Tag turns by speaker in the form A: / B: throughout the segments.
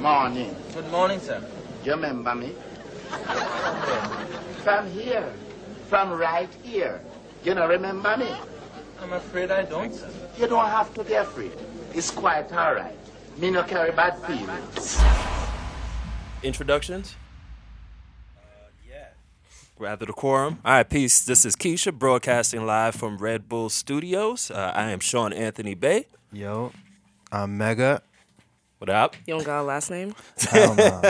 A: Morning.
B: Good morning, sir.
A: You remember me? From here. From right here. You don't remember me?
B: I'm afraid I don't, sir.
A: You don't have to be afraid. It's quite all right. Me no carry bad feelings.
C: introductions? Uh, We're at the decorum. All right, peace. This is Keisha broadcasting live from Red Bull Studios. Uh, I am Sean Anthony Bay.
D: Yo, I'm mega.
C: What up?
E: You don't got a last name?
D: Hell no.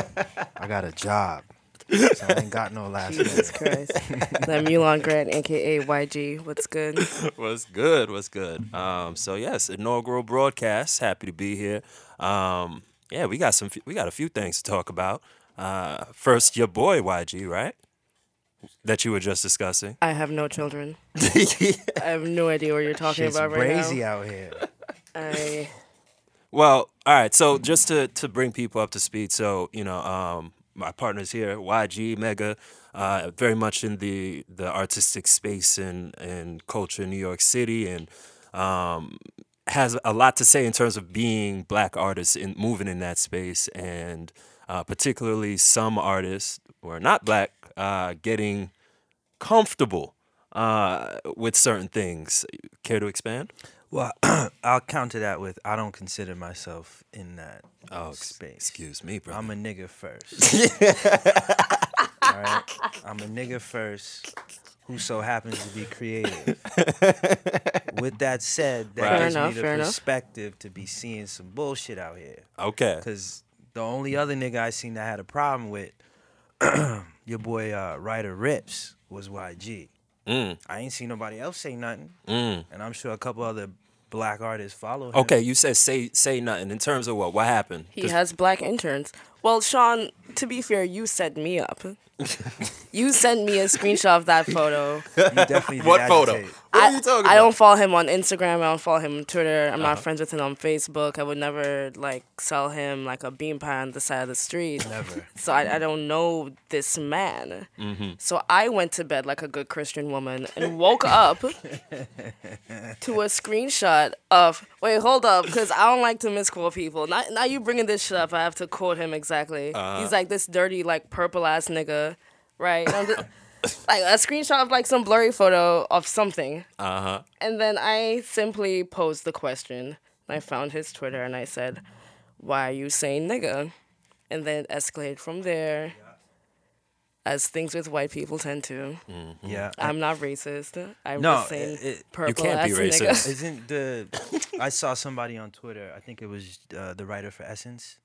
D: I got a job. So I ain't got no last name.
E: Jesus Christ. that Mulan Grant, aka YG. What's good?
C: What's good? What's good? Um, so yes, inaugural broadcast. Happy to be here. Um, yeah, we got some. We got a few things to talk about. Uh, first, your boy YG, right? That you were just discussing.
E: I have no children. I have no idea what you're talking
D: Shit's
E: about right
D: crazy
E: now.
D: out here.
E: I,
C: Well, all right. So just to to bring people up to speed, so you know, um, my partners here, YG Mega, uh, very much in the the artistic space and and culture in New York City, and um, has a lot to say in terms of being black artists and moving in that space, and uh, particularly some artists who are not black uh, getting comfortable uh, with certain things. Care to expand?
F: Well, I'll counter that with I don't consider myself in that
D: Oh,
C: ex-
F: space.
C: Oh, Excuse me, bro.
F: I'm a nigga first. All right? I'm a nigga first who so happens to be creative. With that said, that
C: Right.
F: gives
E: Fair enough,
F: me the
E: fair enough.
F: perspective to be seeing some bullshit out here.
C: okay.
F: Because the only other nigga I seen that had a problem with your boy uh, Ryder Rips was YG.
C: Mm.
F: I ain't seen nobody else say nothing,
C: Mm.
F: and I'm sure a couple other black artists follow him.
C: Okay, you said say say nothing in terms of what what happened.
E: he
C: Just-
E: has black interns. Well, Sean, to be fair, you set me up. you sent me a screenshot of that photo.
F: You definitely did
C: what photo?
F: agitate.
C: What
E: I,
C: are you talking
E: I
C: about? Uh-huh.
E: don't follow him on Instagram. I don't follow him on Twitter. I'm not friends with him on Facebook. I would never like sell him like a bean pie on the side of the street. Never. So I, I don't know this man.
C: Mm-hmm.
E: So I went to bed like a good Christian woman and woke up to a screenshot of wait hold up because I don't like to misquote people. Now, now you bringing this shit up. I have to quote him exactly.
C: Uh-huh.
E: He's like this dirty like purple ass nigga, right? And I'm just- like a screenshot of like some blurry photo of something. Uh huh. And then I simply posed the question. I found his Twitter and I said, "Why are you saying nigga?" And then it escalated from there, as things with white people tend to.
F: Yeah.
E: I'm not racist. I'm
F: No,
E: just saying
F: it- it- You
E: purple
C: can't
E: ass
C: be
E: nigga.
C: racist.
F: Isn't the I saw somebody on Twitter. I think it was uh, the writer for Essence,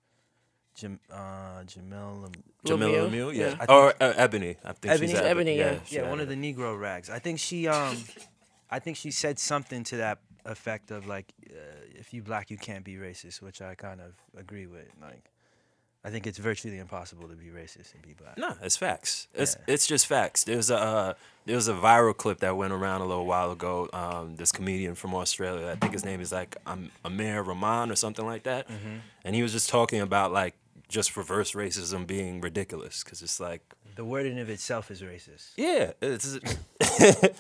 F: Jam, uh, Jamel. Lem-
C: Jamila
E: Lemieux?
C: Lemieux, yeah,
E: Yeah.
C: or uh, Ebony. I think
F: Ebony?
C: she's Eb-
E: Ebony, yeah.
C: she's
F: yeah, one of
C: Ebony.
F: the Negro rags. I think she um, I think she said something to that effect of like, uh, if you black, you can't be racist, which I kind of agree with. Like, I think it's virtually impossible to be racist and be black.
C: No, it's facts. It's it's just facts. There's a uh, there was a viral clip that went around a little while ago. Um, this comedian from Australia, I think his name is like um, Amir Rahman or something like that, and he was just talking about like just reverse racism being ridiculous because it's like
F: The word in of itself is racist.
C: Yeah, it's.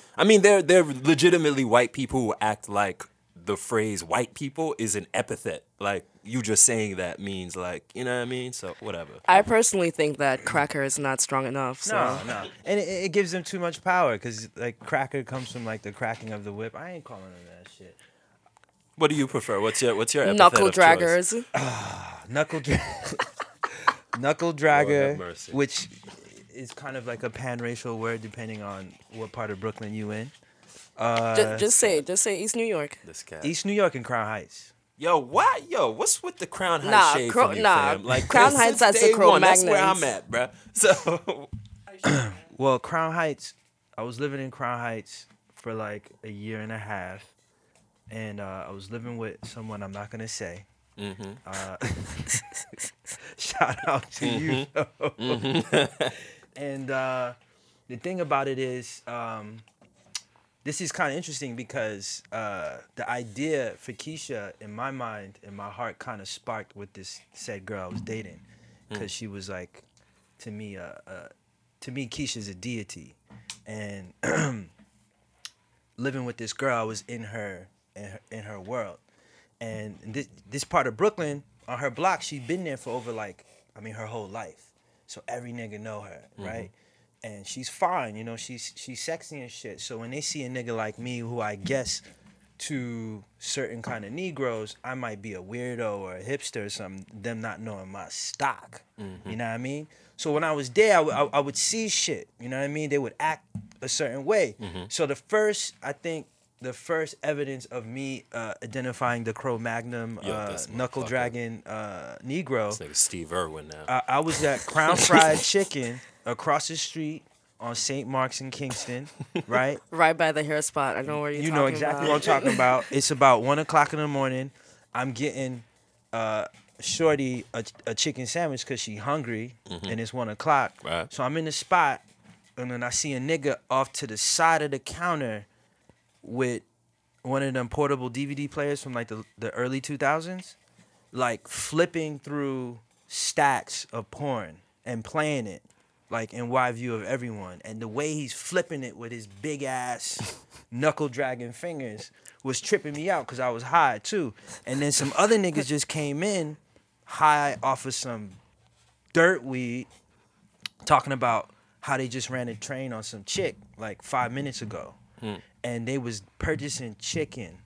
C: I mean, they're they're legitimately white people who act like the phrase "white people" is an epithet. Like you just saying that means like you know what I mean. So whatever.
E: I personally think that cracker is not strong enough. So.
F: No, no, and it, it gives them too much power because like cracker comes from like the cracking of the whip. I ain't calling them that shit.
C: What do you prefer? What's your what's your epithet
E: Knuckle
C: of choice?
E: draggers.
F: Knuckle dra- Knuckle
C: have mercy.
F: dragger, which is kind of like a pan-racial word depending on what part of Brooklyn you in.
E: Ju- just say, it, just say East New York.
C: This cat.
F: East New York and Crown Heights.
C: Yo, why? Yo, what's with the Crown Heights
E: Nah,
C: shade
E: Cro-
C: from you,
E: nah,
C: fam? Like
E: Crown
C: since
E: Heights has the
C: day
E: Cro
C: one, That's where I'm
E: Magnons.
C: at, bruh. So
F: Well, Crown Heights, I was living in Crown Heights for like a year and a half, and uh, I was living with someone I'm not gonna say. Uh, shout out to you. though. and uh, the thing about it is, um, this is kind of interesting because uh, the idea for Keisha in my mind, in my heart, kind of sparked with this said girl I was dating, because she was like, to me, uh, uh, to me, Keisha's a deity, and living with this girl, I was in her in her, in her world, and this this part of Brooklyn, on her block, she'd been there for over like, I mean, her whole life. So every nigga know her, right? And she's fine, you know, she's she's sexy and shit. So when they see a nigga like me who I guess to certain kind of Negroes, I might be a weirdo or a hipster or something, them not knowing my stock. You know what I mean? So when I was there, I would- I- I would see shit. You know what I mean? They would act a certain way. So the first, I think, the first evidence of me uh, identifying the Cro Magnum
C: Yo,
F: uh,
C: this
F: Knuckle
C: motherfucker.
F: Dragon uh, Negro,
C: It's like Steve Irwin now.
F: I, I was at Crown Fried Chicken across the street on St. Mark's in Kingston, right?
E: Right by the hair spot. I know where you're
F: you
E: talking
F: know exactly
E: about.
F: what I'm talking about. It's about one o'clock in the morning. I'm getting uh, Shorty a, a chicken sandwich because she hungry and it's one o'clock.
C: Right.
F: So I'm in the spot and then I see a nigga off to the side of the counter with one of them portable DVD players from like the, the early 2000s, like flipping through stacks of porn and playing it like in wide view of everyone. And the way he's flipping it with his big ass knuckle dragging fingers was tripping me out because I was high too. And then some other niggas just came in high off of some dirt weed talking about how they just ran a train on some chick like five minutes ago. And they was purchasing chicken,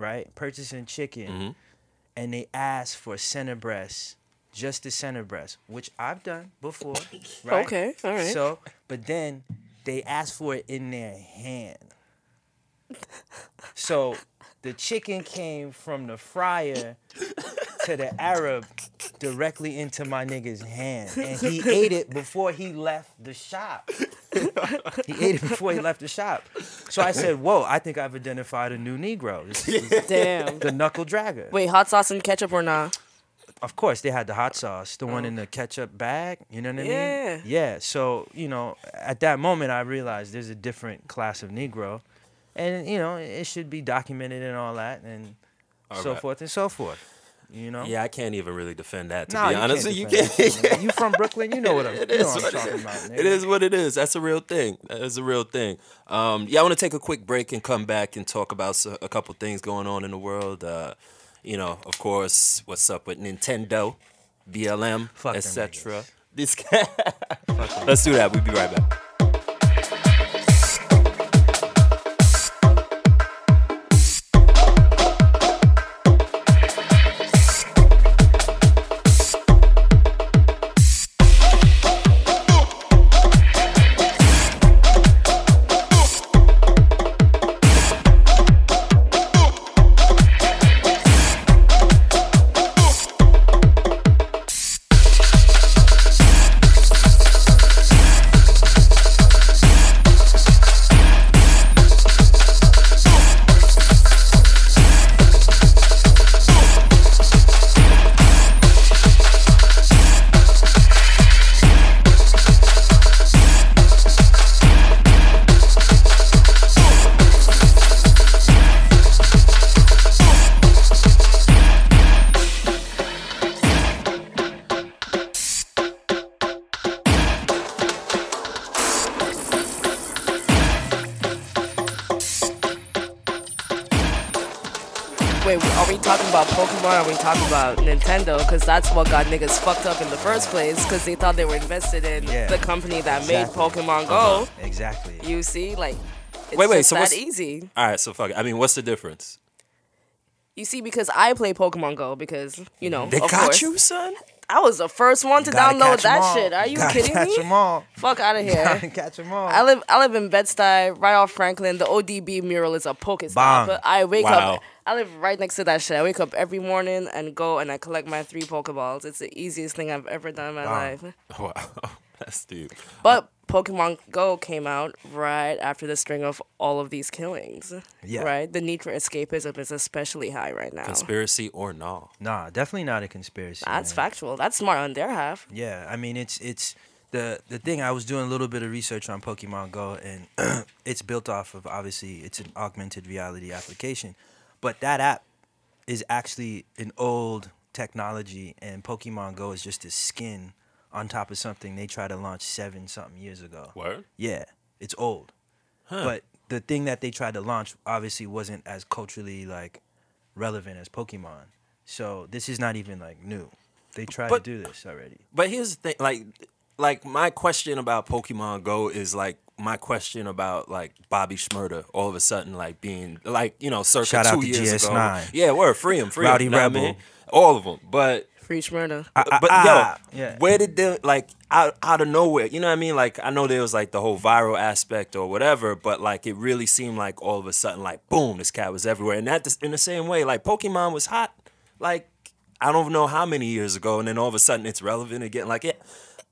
F: right? Purchasing chicken. And they asked for center breast, just the center breast, which I've done before, right?
E: Okay, all right.
F: So, but then they asked for it in their hand. So the chicken came from the fryer to the Arab directly into my nigga's hand. And he ate it before he left the shop. he ate it before he left the shop. So I said, Whoa, I think I've identified a new Negro. This is
E: Damn.
F: the knuckle dragger.
E: Wait, hot sauce and ketchup or not?
F: Of course, they had the hot sauce, the one in the ketchup bag. You know what I
E: Oh. Yeah.
F: mean? Yeah. So, you know, at that moment, I realized there's a different class of Negro. And, you know, it should be documented and all that and so
C: right.
F: forth and so forth. You know?
C: yeah, I can't even really defend that. To
F: Nah,
C: be honest, with you
F: defend
C: can't.
F: that shit, man. You from Brooklyn, you know what I'm, you know what I'm
C: what it
F: talking
C: is.
F: about. Nigga.
C: It is what it is. That's a real thing. That's a real thing. Um, yeah, I want to take a quick break and come back and talk about s- a couple things going on in the world. Uh, you know, of course, what's up with Nintendo, BLM,
F: Fuck them
C: etc. This guy. Let's do that. We'll be right back.
E: Wait, are we talking about Pokemon? Or are we talking about Nintendo? Because that's what got niggas fucked up in the first place. Because they thought they were invested in
F: Yeah.
E: the company that
F: Exactly. Uh-huh.
E: made Pokemon Go.
C: Oh.
F: Exactly.
E: You see, like, it's
C: Wait, wait,
E: just
C: so
E: that
C: what's-
E: easy.
C: All right, so fuck it. I mean, what's the difference?
E: You see, because I play Pokemon Go because you know,
C: They
E: of
C: got
E: course,
C: you, son.
E: I was the first one to
F: Gotta
E: download
F: catch 'em
E: that
F: all.
E: shit. Are you
F: Gotta
E: kidding
F: catch
E: me?
F: them all.
E: Fuck out of
F: Gotta
E: here.
F: catch them all.
E: I live I live in Bed Stuy, right off Franklin. The ODB mural is a
F: Bomb.
E: Pokestop. But I wake
C: Wow.
E: up. I live right next to that shit. I wake up every morning and go and I collect my three Pokeballs. It's the easiest thing I've ever done in my life.
C: Wow, that's deep.
E: But Pokemon Go came out right after the string of all of these killings.
F: Yeah.
E: Right? The need for escapism is especially high right now.
C: Conspiracy or no?
F: nah, definitely not a conspiracy.
E: That's
F: man.
E: factual. That's smart on their half.
F: Yeah, I mean it's it's the the thing I was doing a little bit of research on Pokemon Go and it's built off of obviously it's an augmented reality application, but that app is actually an old technology and Pokemon Go is just a skin on top of something they tried to launch 7 something years ago.
C: Word.
F: Yeah, it's old. But the thing that they tried to launch obviously wasn't as culturally like relevant as Pokemon. So this is not even like new. They tried
C: But-
F: to do this already.
C: But here's the thing, like, like my question about Pokemon Go is like my question about like Bobby Schmurda all of a sudden like being like you know circa
F: Shout out
C: two
F: to
C: years
F: GS9.
C: ago. Yeah, we're free him, free 'em,
F: Rowdy
C: you know what I
F: Rebel.
C: mean? all of them. But
E: Free murder.
C: Uh, but
F: ah,
C: yo,
F: yeah.
C: where did the like out out of nowhere? You know what I mean? Like I know there was like the whole viral aspect or whatever, but like it really seemed like all of a sudden like boom, this cat was everywhere. And that in the same way, like Pokemon was hot, like I don't know how many years ago, and then all of a sudden it's relevant again. Like it,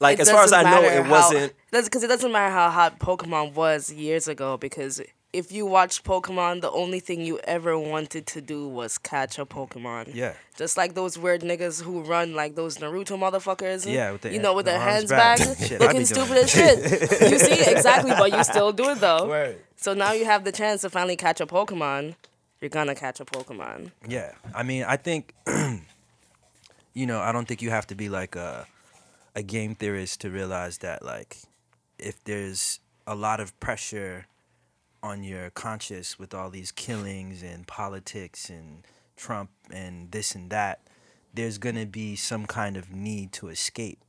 C: like
E: It
C: as far as I
E: doesn't
C: know,
E: matter
C: it wasn't.
E: How, because it doesn't matter how hot Pokemon was years ago, because if you watched Pokemon, the only thing you ever wanted to do was catch a Pokemon.
F: Yeah.
E: Just like those weird niggas who run like those Naruto motherfuckers.
F: Yeah, with the-
E: you know, with
F: the
E: their hands
F: arms
E: back,
F: back. Shit, I be
E: looking
F: doing
E: stupid as shit. you see, exactly, but you still do it though.
F: Word.
E: So now you have the chance to finally catch a Pokemon. You're gonna catch a Pokemon.
F: Yeah, I mean, I think, you know, I don't think you have to be like a a game theorist to realize that like if there's a lot of pressure on your conscience with all these killings and politics and Trump and this and that, there's gonna be some kind of need to escape,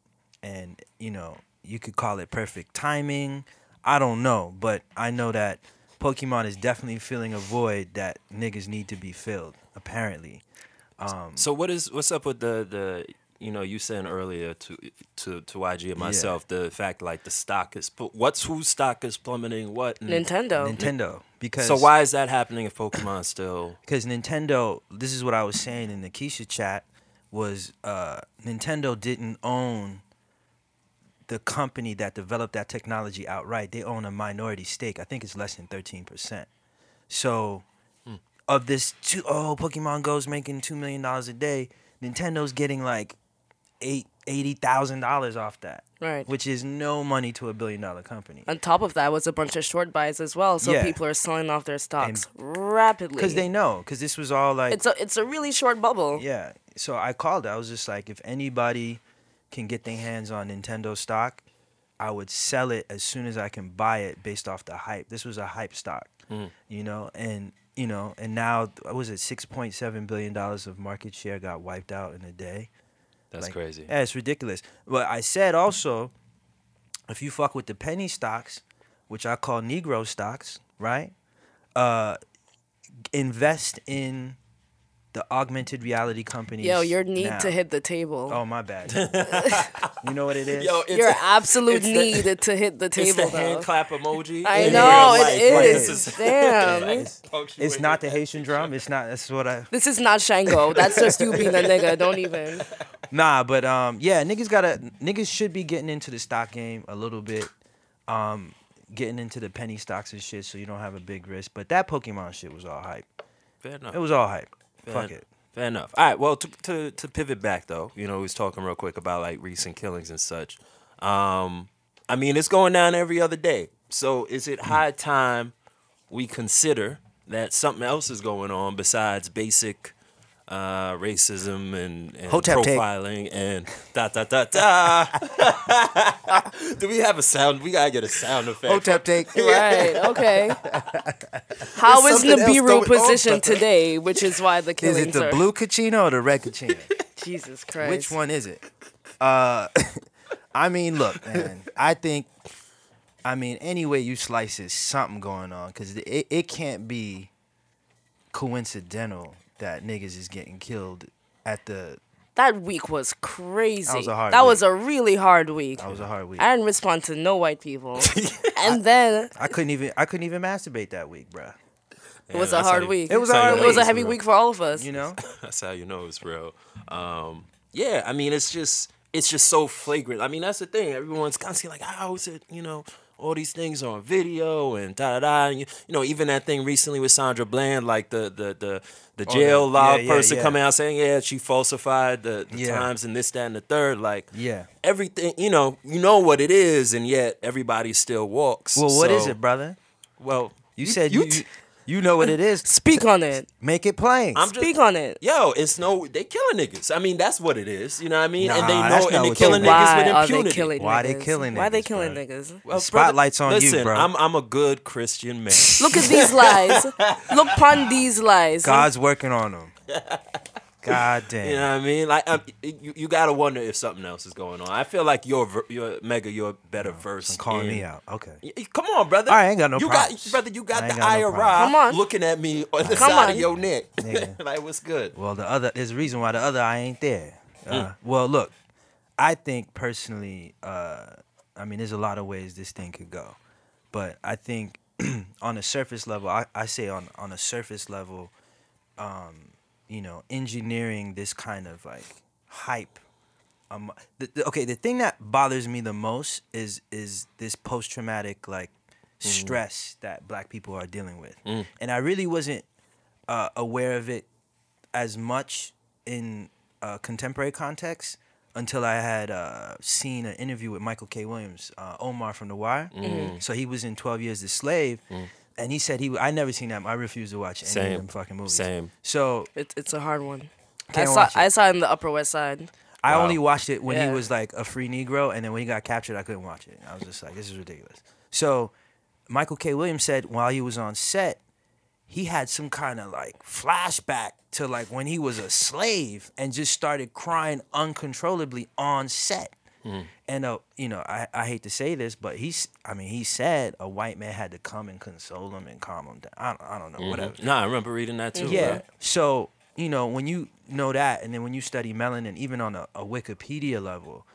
F: and you know, you could call it perfect timing. I don't know, but I know that Pokemon is definitely filling a void that niggas need to be filled. Apparently,
C: So what is what's up with the the you know you saying earlier to to to YG and myself the fact like the stock is pl- what's whose stock is plummeting what and-
F: Mm.
E: Nintendo.
F: Nintendo. Because
C: Oh, So why is that happening if Pokemon still?
F: because Nintendo, this is what I was saying in the Keisha chat, was uh, Nintendo didn't own the company that developed that technology outright. They own a minority stake. I think it's less than 13%. So of this, two, oh, Pokemon Go's making $2 million a day, Nintendo's getting like eight, $80,000 off that.
E: Right.
F: Which is no money to a billion dollar company.
E: On top of that was a bunch of short buys as well, so
F: Yeah.
E: people are selling off their stocks rapidly.
F: Because they know, because this was all like.
E: it's a it's a really short bubble.
F: Yeah. So I called. I was just like, if anybody can get their hands on Nintendo stock, I would sell it as soon as I can buy it based off the hype. This was a hype stock, you know, and you know, and now what was it? Six point seven billion dollars of market share got wiped out in a day.
C: That's
F: Like,
C: crazy.
F: Yeah, it's ridiculous. But I said also, if you fuck with the penny stocks, which I call Negro stocks, right? Uh, invest in the augmented reality companies.
E: Yo, your need
F: now.
E: to hit the table.
F: Oh my bad. you know what it is.
C: Yo, it's,
E: your absolute
C: it's the-
E: need to hit the
C: it's the
E: table.
C: hand
E: though.
C: clap emoji.
E: I
C: in
E: know
C: real
E: it
C: life.
E: is.
C: Like,
E: Damn,
C: this is-
F: it's not the Haitian drum. It's not. That's what I.
E: this is not Shango. That's just you being a nigga. Don't even.
F: Nah, but um, yeah, niggas gotta niggas should be getting into the stock game a little bit, um, getting into the penny stocks and shit, so you don't have a big risk. But that Pokemon shit was all hype.
C: Fair enough.
F: It was all hype.
C: Fair
F: Fuck
C: en-
F: it.
C: Fair enough. All right. Well, to, to to pivot back though, you know, we was talking real quick about like recent killings and such. Um, I mean, it's going down every other day. So is it high time we consider that something else is going on besides basic uh, racism and, and
G: Hotep take.
C: profiling and da da da da? Do we have a sound? We gotta get a sound effect.
G: Hotep take.
E: Right. Okay. How is
G: something else
E: Nibiru
G: going on.
E: positioned today? Which is why the
G: Is
E: killings
G: it the
E: are.
G: blue Kachina or the red Kachina?
E: Jesus Christ.
G: Which one is it? Uh, I mean, look, man. I think, I mean, any way you slice it, something going on because it, it can't be coincidental that niggas is getting killed at the.
E: That week was crazy.
G: That was a hard
E: That
G: week.
E: was a really hard week.
G: That was a hard week.
E: I didn't respond to no white people. and then
F: I couldn't even. I couldn't even masturbate that week, bruh.
E: it was
C: Yeah,
E: a
C: that's
E: hard
C: how you-
E: week.
F: It was a
E: a
F: hard
E: It was a
F: week.
E: heavy week for all of us.
F: You know.
C: That's how you know it's real. Um, yeah, I mean, it's just it's just so flagrant. I mean, that's the thing. Everyone's constantly like, "How is it?" You know, all these things on video and da da da. And you, you know, even that thing recently with Sandra Bland, like the the the the jail
F: Oh, yeah,
C: log
F: yeah,
C: person
F: yeah.
C: coming out saying, "Yeah, she falsified the, the
F: Yeah.
C: times and this, that, and the third. Like,
F: Yeah.
C: everything. You know, you know what it is, and yet everybody still walks.
F: Well, what is
C: So,
F: it, brother?
C: Well,
F: You, said you,
C: t-
F: you. know what it is.
E: Speak on it.
F: Make it plain.
C: I'm
E: Speak
C: just-
E: on it.
C: Yo, it's no they killing niggas. I mean, that's what it is. You know what I mean? and they
F: Nah,
C: know
F: that's
C: and
F: not
C: they
F: what
C: killing
F: they-
C: niggas
E: Why
C: with
E: are
C: impunity.
E: they killing
F: Why
E: niggas?
F: they killing
E: Why they
F: niggas,
E: killing
F: bro?
E: niggas?
C: Well, uh, brother,
F: spotlight's on you,
C: listen,
F: bro.
C: I'm I'm a good Christian man.
E: Look at these lies. Look upon these lies.
F: God's working on them. God damn.
C: You know what I mean? Like um, you, you gotta wonder if something else is going on. I feel like you're ver- you're mega, you're better verse.
F: Calling
C: in-
F: me out. Okay.
C: Y- y- Come on, brother.
F: All right, I ain't got no
C: You
F: problems.
C: got brother. You got
F: I
C: the
F: ain't got no
C: IRI
F: problems.
E: Come on.
C: looking at me on the
E: Come
C: side
E: on.
C: of your neck.
F: Nigga.
C: like what's good?
F: Well, the other there's a reason why the other eye ain't there. Uh,
C: Hmm.
F: Well, look, I think personally, uh, I mean, there's a lot of ways this thing could go, but I think on a surface level, I, I say on on a surface level, um, you know, engineering this kind of like hype. Um, the, the- okay, the thing that bothers me the most is is this post traumatic like
C: Mm-hmm.
F: stress that Black people are dealing with,
C: Mm.
F: and I really wasn't uh, aware of it as much in uh, contemporary context until I had uh, seen an interview with Michael K. Williams, uh, Omar from The Wire.
C: Mm. Mm-hmm.
F: So he was in Twelve Years a Slave, and he said he I never seen that. I refuse to watch any
C: Same.
F: of them fucking movies.
C: Same.
F: So
E: It, it's a hard one. I
F: Can't
E: saw
F: watch it.
E: I saw it in the Upper West Side.
F: I only watched it when
E: Yeah.
F: he was like a free Negro, and then when he got captured, I couldn't watch it. I was just like, this is ridiculous. So Michael K. Williams said while he was on set, he had some kind of like flashback to like when he was a slave and just started crying uncontrollably on set. And uh, you know, I, I hate to say this, but he's I mean, he said a white man had to come and console him and calm him down. I don't, I don't know, whatever.
C: Nah, I remember reading that too.
F: Yeah.
C: bro.
F: So, you know, when you know that and then when you study melanin, even on a, a Wikipedia level,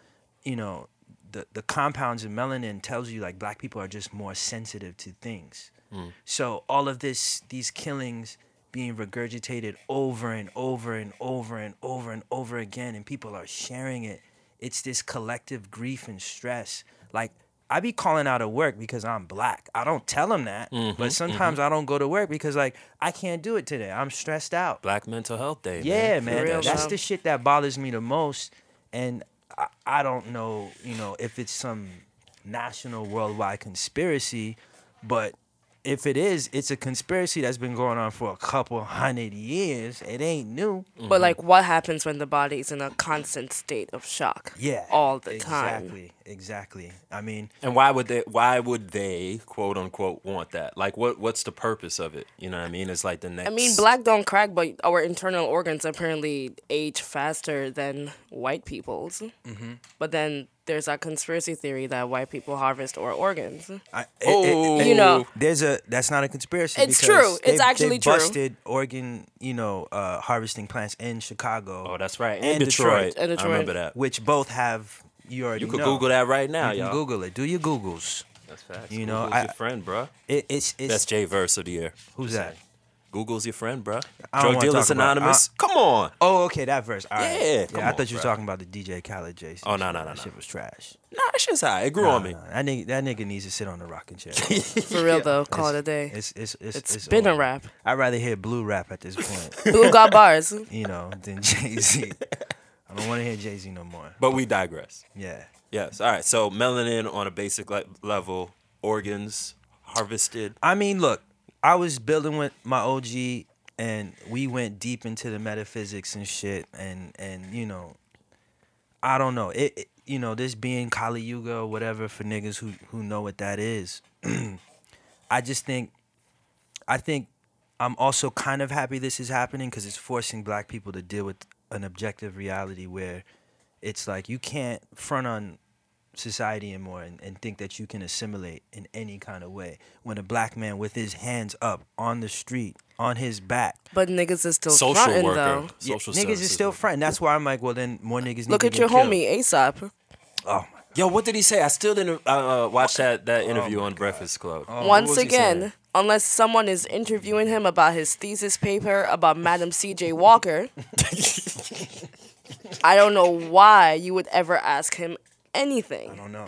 F: you know, the, the compounds in melanin tells you like black people are just more sensitive to things.
C: Mm.
F: So all of this these killings being regurgitated over and over and over and over and over again and people are sharing it. It's this collective grief and stress. Like I be calling out of work because I'm black. I don't tell them that,
E: Mm-hmm,
F: but sometimes I don't go to work because like I can't do it today. I'm stressed out.
C: Black Mental Health Day.
F: Yeah,
C: Feel
F: man,
E: real,
F: that's
E: bro.
F: the shit that bothers me the most, and I, I don't know, you know, if it's some national worldwide conspiracy, but if it is, it's a conspiracy that's been going on for a couple hundred years. It ain't new.
C: Mm-hmm.
E: But like, what happens when the body is in a constant state of shock?
F: Yeah,
E: all the time.
F: Exactly, exactly. I mean,
C: And why would they? Why would they quote unquote want that? Like, what? What's the purpose of it? You know what I mean? It's like the next.
E: I mean, black don't crack, but our internal organs apparently age faster than white people's.
F: Mm-hmm.
E: But then there's that conspiracy theory that white people harvest our organs.
F: I, it-
C: Oh.
E: You know.
F: there's a that's not a conspiracy.
E: It's
F: because
E: true. It's
F: they've-
E: actually
F: they've
E: true.
F: Busted organ, you know, uh, harvesting plants in Chicago.
C: Oh, that's right.
F: And
C: In Detroit.
E: And Detroit.
C: I remember that.
F: which both have you already
C: You could
F: know.
C: Google that right now,
F: You
C: y'all.
F: can Google it. Do your Googles.
C: That's facts.
F: You know,
C: Google's
F: I-
C: your friend, bro.
F: It, it's it's
C: That's Jay Verse of the year.
F: who's that?
C: Google's your friend, bro.
F: I don't
C: Drug
F: wanna
C: dealers
F: talk about-
C: anonymous. Come on.
F: Oh, okay, that verse. All right.
C: Yeah, come
F: I
C: on,
F: thought you were
C: bruh.
F: talking about the DJ Khaled Jason.
C: Oh, no, no, no,
F: That
C: no.
F: shit was trash.
C: Nah, that shit's high. It grew on me.
F: Nah, that nigga, that nigga needs to sit on the rocking chair.
E: For real though, call it a day.
F: It's it's it's,
E: it's been a
F: over.
E: wrap.
F: I'd rather hear blue rap at this point,
E: Blue got bars.
F: you know, than Jay Z. I don't want to hear Jay Z no more.
C: But we digress.
F: Yeah.
C: Yes. All right. So melanin on a basic le- level, organs harvested.
F: I mean, look, I was building with my OG, and we went deep into the metaphysics and shit, and and you know, I don't know. It, it- you know, this being Kali Yuga or whatever for niggas who who know what that is. I just think, I think, I'm also kind of happy this is happening because it's forcing Black people to deal with an objective reality where it's like you can't front on society and more and, and think that you can assimilate in any kind of way when a black man with his hands up on the street on his back
E: But niggas is still
C: Social
E: fronting
C: worker.
E: though.
F: yeah,
C: Social
F: niggas
C: services
F: is still
C: worker.
F: front that's why i'm like well then more niggas
E: Look
F: need
E: at
F: to
E: your
F: get killed.
E: homie ASAP.
F: oh my
C: Yo, what did he say? I still didn't uh, uh, watch that, that interview on Breakfast Club.
E: Once
F: was he
E: again,
F: saying?
E: unless someone is interviewing him about his thesis paper about Madam C.J. Walker, I don't know why you would ever ask him anything.
F: oh no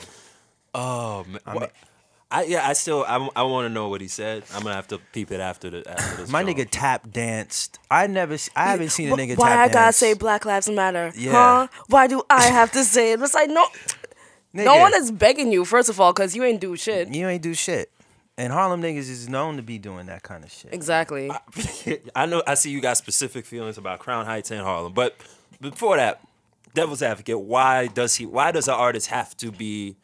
C: Oh
E: Um,
C: man. I, I yeah, I still I, I want to know what he said. I'm gonna have to peep it after the after this.
F: my
C: show.
F: nigga tap danced i never s- i haven't seen a nigga
E: Why
F: tap
E: I gotta
F: dance.
E: say Black Lives Matter?
F: Yeah.
E: Huh? Why do I have to say it? It's like no, no
F: Nigga.
E: one is begging you. First of all, because you ain't do shit.
F: you ain't do shit and harlem niggas is known to be doing that kind of shit
E: Exactly.
C: I know I see you got specific feelings about Crown Heights and Harlem, but before that, Devil's Advocate, why does he? Why does an artist have to be?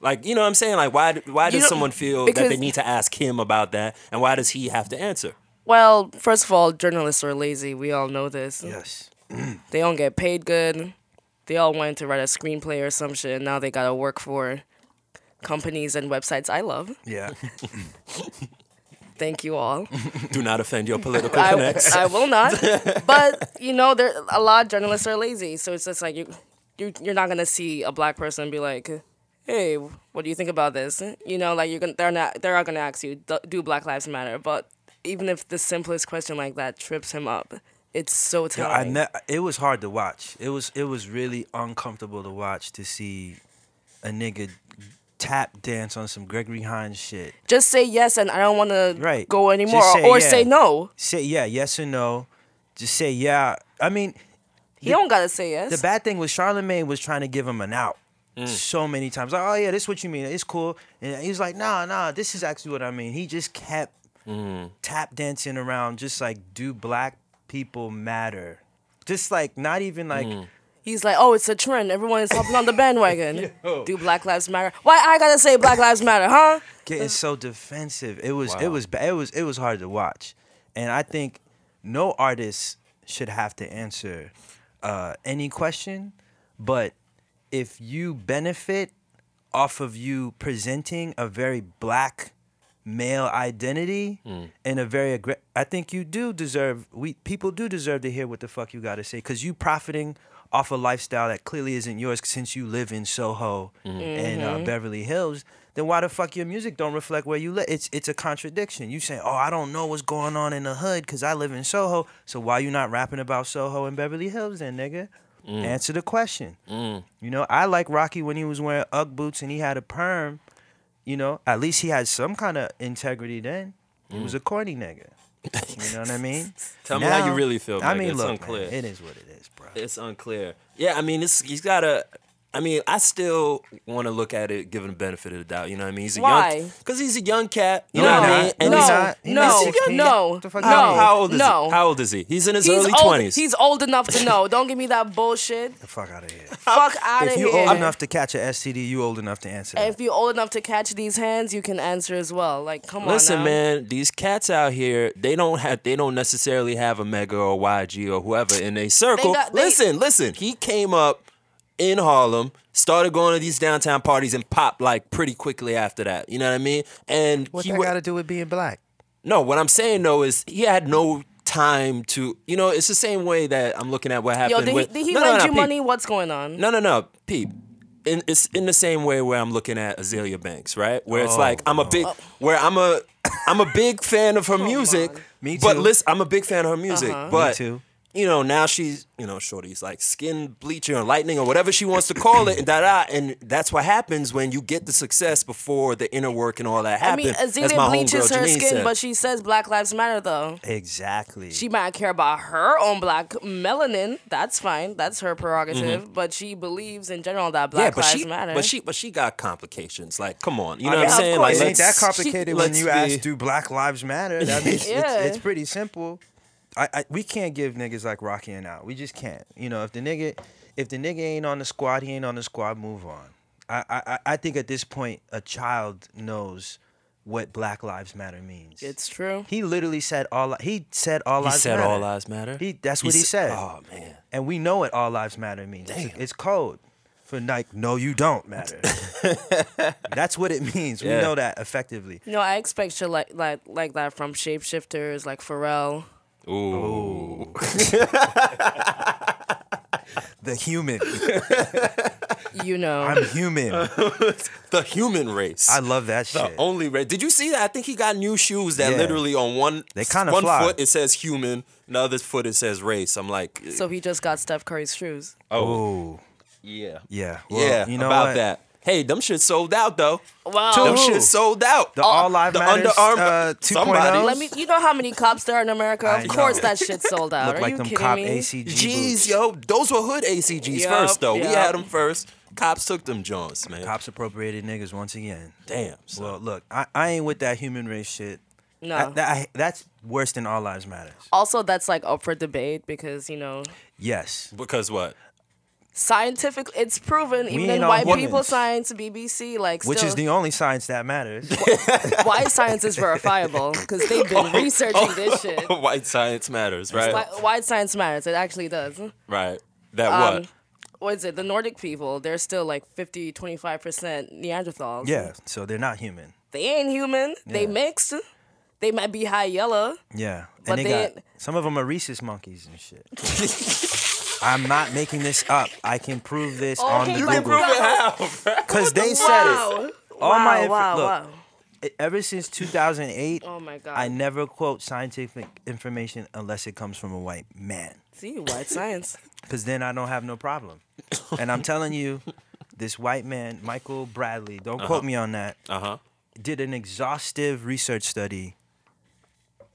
C: Like you know what I'm saying? Like why why
E: You
C: does
E: know,
C: someone feel that they
E: because-
C: need to ask him about that, and why does he have to answer?
E: Well, first of all, journalists are lazy. We all know this.
F: yes
E: they don't get paid good. They all wanted to write a screenplay or some shit, and now they gotta work for companies and websites I love.
F: Yeah.
E: Thank you all.
C: Do not offend your political
E: I,
C: connects.
E: I will not. But you know, there a lot of journalists are lazy, so it's just like you, you you're not gonna see a black person and be like, "Hey, what do you think about this?" You know, like you're gonna they're not they're not gonna ask you, "Do- "Do Black Lives Matter?" But even if the simplest question like that trips him up, it's so
F: Yeah, I
E: telling.
F: ne- it was hard to watch. It was it was really uncomfortable to watch to see a nigga tap dance on some Gregory Hines shit.
E: just say yes, and I don't want to
F: Right.
E: go
F: Just
E: anymore,
F: say
E: or
F: yeah.
E: say no.
F: Say yeah, yes or no. Just say yeah. I mean,
E: You don't gotta say yes.
F: the bad thing was Charlemagne was trying to give him an out so many times. Like, oh yeah, this what you mean. It's cool. And he's like, nah, nah, this is actually what I mean. He just kept tap dancing around, just like, do black people matter? Just like, not even like.
E: He's like, oh, it's a trend. Everyone is hopping on the bandwagon. Do Black Lives Matter? Why I gotta say Black Lives Matter, huh?
F: getting so defensive. It was it was ba- it was it was hard to watch, and I think no artist should have to answer uh, any question. But if you benefit off of you presenting a very black male identity and a very aggra- I think you do deserve we people do deserve to hear what the fuck you got to say cuz you profiting off a lifestyle that clearly isn't yours since you live in Soho and uh, Beverly Hills then why the fuck your music don't reflect where you live it's it's a contradiction you say oh I don't know what's going on in the hood cuz I live in Soho so why you not rapping about Soho and Beverly Hills then nigga
C: Mm.
F: answer the question you know, I like Rocky when he was wearing UGG boots and he had a perm. You know, at least he had some kind of integrity then. He was a corny nigga. You know what I mean?
C: Mm. Tell me how you really feel,
F: I
C: nigga.
F: mean,
C: It's
F: look, man,
C: unclear.
F: it is what it is, bro.
C: it's unclear. Yeah, I mean, it's he's got to I mean, I still want to look at it, given the benefit of the doubt. You know what I mean? He's a
E: Why?
C: young because he's a young cat. You
E: No,
C: know what I mean?
E: no,
C: he's,
F: he's not- he's
E: no,
F: not 16.
E: no,
F: What the fuck
E: no,
F: you
C: how, how old is
E: no.
C: he? How old is he? He's in his
E: He's
C: early
E: old-
C: twenties.
E: He's old enough to know. Don't give me that bullshit.
F: The fuck out of here.
E: Fuck out of
F: If
E: here.
F: you old enough to catch an STD, you old enough to answer.
E: And
F: That.
E: if you old enough to catch these hands, you can answer as well. Like, come
C: Listen,
E: on. now.
C: man, these cats out here, they don't have they don't necessarily have a mega or YG or whoever in a circle.
E: got- they-
C: listen, listen. He came up in Harlem, started going to these downtown parties and popped like pretty quickly after that. You know what I mean? And
F: What
C: he
F: that
C: wa-
F: got to do with being black?
C: No, what I'm saying though is he had no time to you know, it's the same way that I'm looking at what happened
E: Yo, did he,
C: with
E: did he
C: No, no,
E: lend
C: no,
E: you
C: peep.
E: money? What's going on?
C: No, no, no, Pete. In, it's in the same way where I'm looking at Azalea Banks, right? Where
F: Oh,
C: it's like I'm a big, where I'm a, I'm a big fan of her music.
F: Me
C: But
F: too.
C: listen, I'm a big fan of her music.
E: Uh-huh.
C: But
F: too.
C: you know, now she's, you know, shorty's like skin bleaching or lightning or whatever she wants to call it, and da da. And that's what happens when you get the success before the inner work and all that
E: I
C: happens.
E: mean, Azealia bleaches her skin, but she says Black Lives Matter though.
F: Exactly.
E: She might care about her own black melanin. That's fine. That's her prerogative.
F: Mm-hmm.
E: But she believes in general that
C: yeah,
E: Black
C: but
E: Lives
C: she,
E: Matter.
C: but she, but she got complications. Like, come on, you know
F: I
C: what I'm
F: mean,
E: of
C: saying?
E: course.
C: Like,
F: it ain't that
C: let's-
F: complicated when
C: let's
F: you
C: be-
F: ask, "Do Black Lives Matter?" That means
E: Yeah.
F: it's, it's pretty simple. I, I we can't give niggas like Rocky an out. We just can't. You know, if the nigga if the nigga ain't on the squad, he ain't on the squad. Move on. I I I- I think at this point, a child knows what Black Lives Matter means.
E: it's true.
F: he literally said all. li- He said all
C: He
F: lives.
C: said
F: matter.
C: all lives matter.
F: He that's what he,
C: s-
F: said.
C: Oh man.
F: And we know what all lives matter means. It's,
C: Damn.
F: it's code for like, no, you don't matter. That's what it means.
C: Yeah.
F: We know that effectively.
E: No, I expect shit like like like that from shapeshifters, like Pharrell.
F: The human.
E: You know,
F: I'm human.
C: The human race.
F: I love that
C: the
F: shit.
C: only race. Did you see that? I think he got new shoes that
F: Yeah.
C: literally on one
F: They kinda
C: one
F: fly.
C: foot it says human, and the other foot it says race. I'm like,
E: so he just got Steph Curry's shoes.
F: Oh,
C: yeah,
F: yeah. Well,
C: yeah.
F: you know
C: about
F: what?
C: that. Hey, them shit sold out though.
E: Wow.
C: Them
F: who?
C: shit sold out. Uh,
F: The all lives
C: the
F: matters.
C: Under Armour-
F: uh, 2.0.
C: somebody.
E: Let me. You know how many cops there are in America?
F: I
E: Of course,
F: know.
E: that shit sold out.
F: look
E: Are
F: like
E: you
F: them
E: kidding
F: cop
E: me?
F: ACG
C: Jeez,
F: boots.
C: yo, those were hood ACGs
E: Yup,
C: first though. We
E: yup.
C: had them first. Cops took them Johns, man.
F: Cops appropriated niggas once again.
C: Damn. son.
F: Well, look, I, I ain't with that human race shit.
E: No.
F: That- that- I- that's worse than all
E: Oh.
F: lives matters.
E: also, that's like up for debate because you know
F: Yes.
C: because what?
E: scientific it's proven even in
F: ain't all
E: white
F: humans.
E: people science bbc like
F: Which
E: still,
F: is the only science that matters.
E: white science is verifiable because they've
F: Oh,
E: been researching this shit
C: White science matters, right?
E: Whi- white science matters it actually does
C: right. That
E: um,
C: what?
E: what is it the nordic people they're still like 50 25% neanderthals
F: yeah. So they're not human.
E: they ain't human they
F: Yeah.
E: mixed they might be high yellow
F: Yeah. and
E: But
F: they,
E: they-
F: got some of them are rhesus monkeys and shit. I'm not making this up. I can prove this on the
E: Oh, my
F: Google because they said it.
E: wow
F: All
E: wow,
F: my inf-
E: wow,
F: look,
E: wow.
F: e- Ever since 2008,
E: oh my god
F: I never quote scientific information unless it comes from a white man.
E: see white science
F: Because then I don't have no problem. and I'm telling you, this white man, Michael Bradley, don't quote me on that,
C: Uh huh.
F: did an exhaustive research study.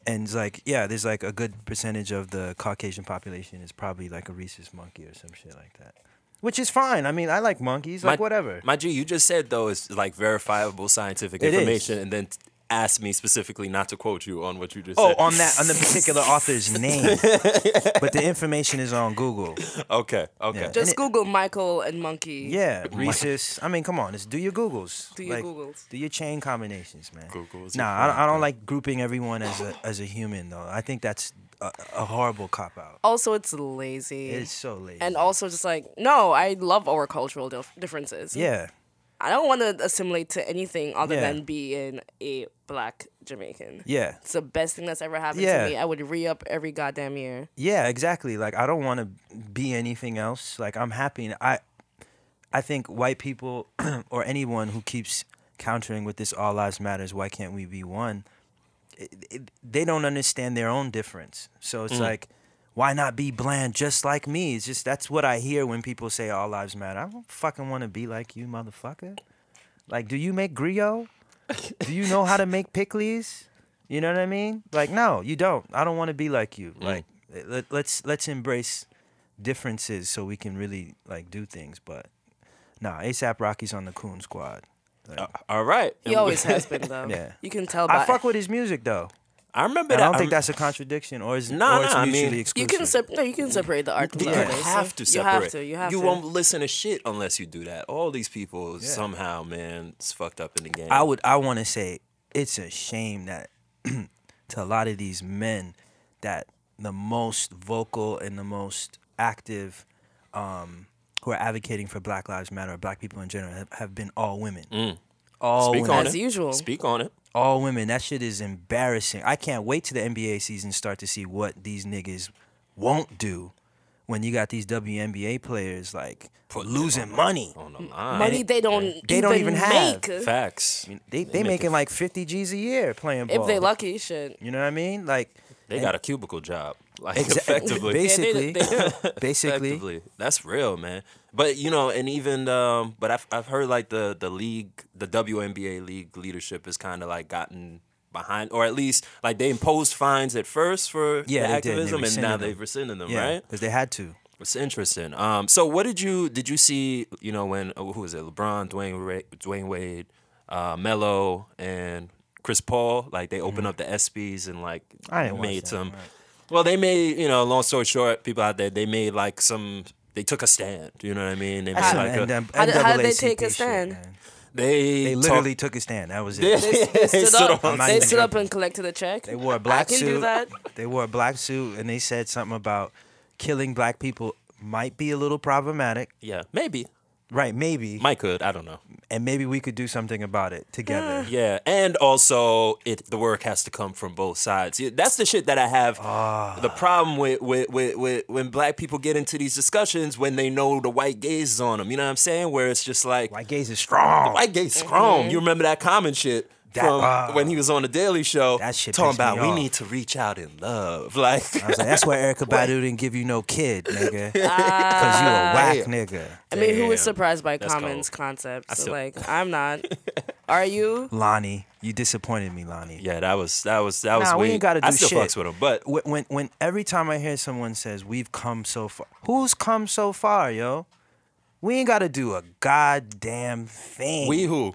F: And it's like, yeah, there's like a good percentage of the Caucasian population is probably like a rhesus monkey or some shit like that. Which is fine. I mean, I like monkeys, like whatever.
C: My G, you just said though it's like verifiable scientific
F: It is.
C: information, and then t- asked me specifically not to quote you on what you just
F: oh,
C: said.
F: on that, on the particular author's name. but the information is on Google.
C: okay, okay.
F: Yeah.
E: Just
F: it-
E: Google Michael and monkey.
F: Yeah, rhesus. I mean, come on, it's do your googles.
E: Do your Googles.
F: Do your chain combinations, man.
C: Googles,
F: Nah,
C: your
F: I, don't- I
C: friend,
F: don't like grouping everyone as a as a human though. I think that's a, a horrible cop out.
E: Also, it's lazy.
F: It's so lazy.
E: and also, just like no, I love our cultural dif- differences.
F: yeah,
E: I don't want to assimilate to anything other
F: Yeah.
E: than being a black Jamaican.
F: yeah,
E: It's the best thing that's ever happened
F: Yeah.
E: to me. I would re up every goddamn year.
F: yeah, exactly. Like I don't want to be anything else. Like I'm happy. and I I think white people or anyone who keeps countering with this all lives matters. Why can't we be one? It, it, they don't understand their own difference. So it's like, why not be bland just like me? It's just that's what I hear when people say all lives matter. I don't fucking want to be like you, motherfucker. Like, do you make griot? do you know how to make pickles? You know what I mean? Like, no, you don't. I don't want to be like you.
C: Mm.
F: Like, let, let's let's embrace differences so we can really like do things. But nah, ASAP Rocky's on the Coon Squad. Like,
C: All right.
E: He always has been though.
F: Yeah.
E: You can tell by.
F: I fuck with his music though.
C: I remember
F: I
C: that.
F: don't think
C: I'm-
F: that's a contradiction or is
C: Nah,
F: or it's
C: nah, I mean-
F: mutually
E: you
F: exclusive.
E: can sep- no, you can separate the art from the
C: You
E: artist.
C: have to
E: You
C: separate.
E: have to. You have to.
C: won't listen to shit unless you do that. All these people somehow, man, it's fucked up in the game.
F: I would I want to say it's a shame that to a lot of these men that the most vocal and the most active um, who are advocating for Black Lives Matter or Black people in general have, have been all women. All
C: Mm. speak
F: women.
C: on
E: As
C: it.
E: usual.
C: Speak on it.
F: all women. That shit is embarrassing. I can't wait till the NBA season start to see what these niggas won't do when you got these WNBA players like losing money.
C: On Oh, the line.
E: Money they don't.
F: They don't even have
E: make.
C: Facts.
F: They they making like 50 G's a year playing ball.
E: If they lucky, shit.
F: You know what I mean? Like
C: They got a cubicle job. Like
F: Exa-
C: effectively.
F: Basically,
E: Yeah, they-
F: basically,
C: Effectively. That's real, man. But you know, and even um, but I've I've heard like the the league, the WNBA league leadership has kind of like gotten behind, or at least like they imposed fines at first for
F: Yeah,
C: the
F: they did, and they
C: activism, and
F: rescinded
C: now
F: them.
C: they've rescinded them,
F: yeah,
C: right?
F: because they had to.
C: It's interesting. Um, so what did you did you see? You know when oh, who was it? LeBron, Dwayne, Ra- Dwayne Wade, uh, Melo, and Chris Paul. Like they opened up the ESPYS and like
F: I didn't watch
C: made
F: that,
C: some. Well, they made you know. Long story short, people out there, they made like some. They took a stand. You know what I mean? They made,
F: That's
C: like,
F: some
C: a,
F: NW-
E: How did- how did they
F: NAACP
E: take a
F: shit,
E: stand?
F: man.
C: they
F: They
C: talk-
F: literally took a stand. That was
C: they,
F: it.
E: They stood up.
F: I'm not
E: They
F: even
E: stood up and collected a check.
F: They wore a black
E: I can
F: suit.
E: do that.
F: They wore a black suit, and they said something about killing black people might be a little problematic,
C: Yeah, maybe
F: right? Maybe,
C: Mike could. I don't know.
F: and maybe we could do something about it
E: Mm.
F: together.
C: Yeah, and also it the work has to come from both sides. Yeah, That's the shit that I have
F: Ah.
C: the problem with, with, with, with when black people get into these discussions when they know the white gaze is on them. You know what I'm saying? Where it's just like
F: White gaze is strong.
C: white gaze strong.
E: Mm-hmm.
C: You remember that common shit
F: That-
C: from
F: ah.
C: when he was on the Daily Show
F: That shit
C: talking
F: pissed me
C: about we
F: off." Uh,
C: need to reach out in love. Like
F: I was like, that's why Erica Badu didn't give you no kid, nigga, because you a
E: Ah.
F: whack nigga.
E: I mean, who was
C: Damn.
E: surprised by
C: That's
E: Common's
C: cold.
E: concept? So,
C: still-
E: like, I'm not. Are you?
F: Lonnie, you disappointed me, Lonnie.
C: yeah, that was that was that was
F: Nah, we
C: weak.
F: ain't gotta do
C: I still
F: shit.
C: fucks with him, but
F: when, when when every time I hear someone says we've come so far, who's come so far, yo? We ain't gotta do a goddamn thing.
C: we who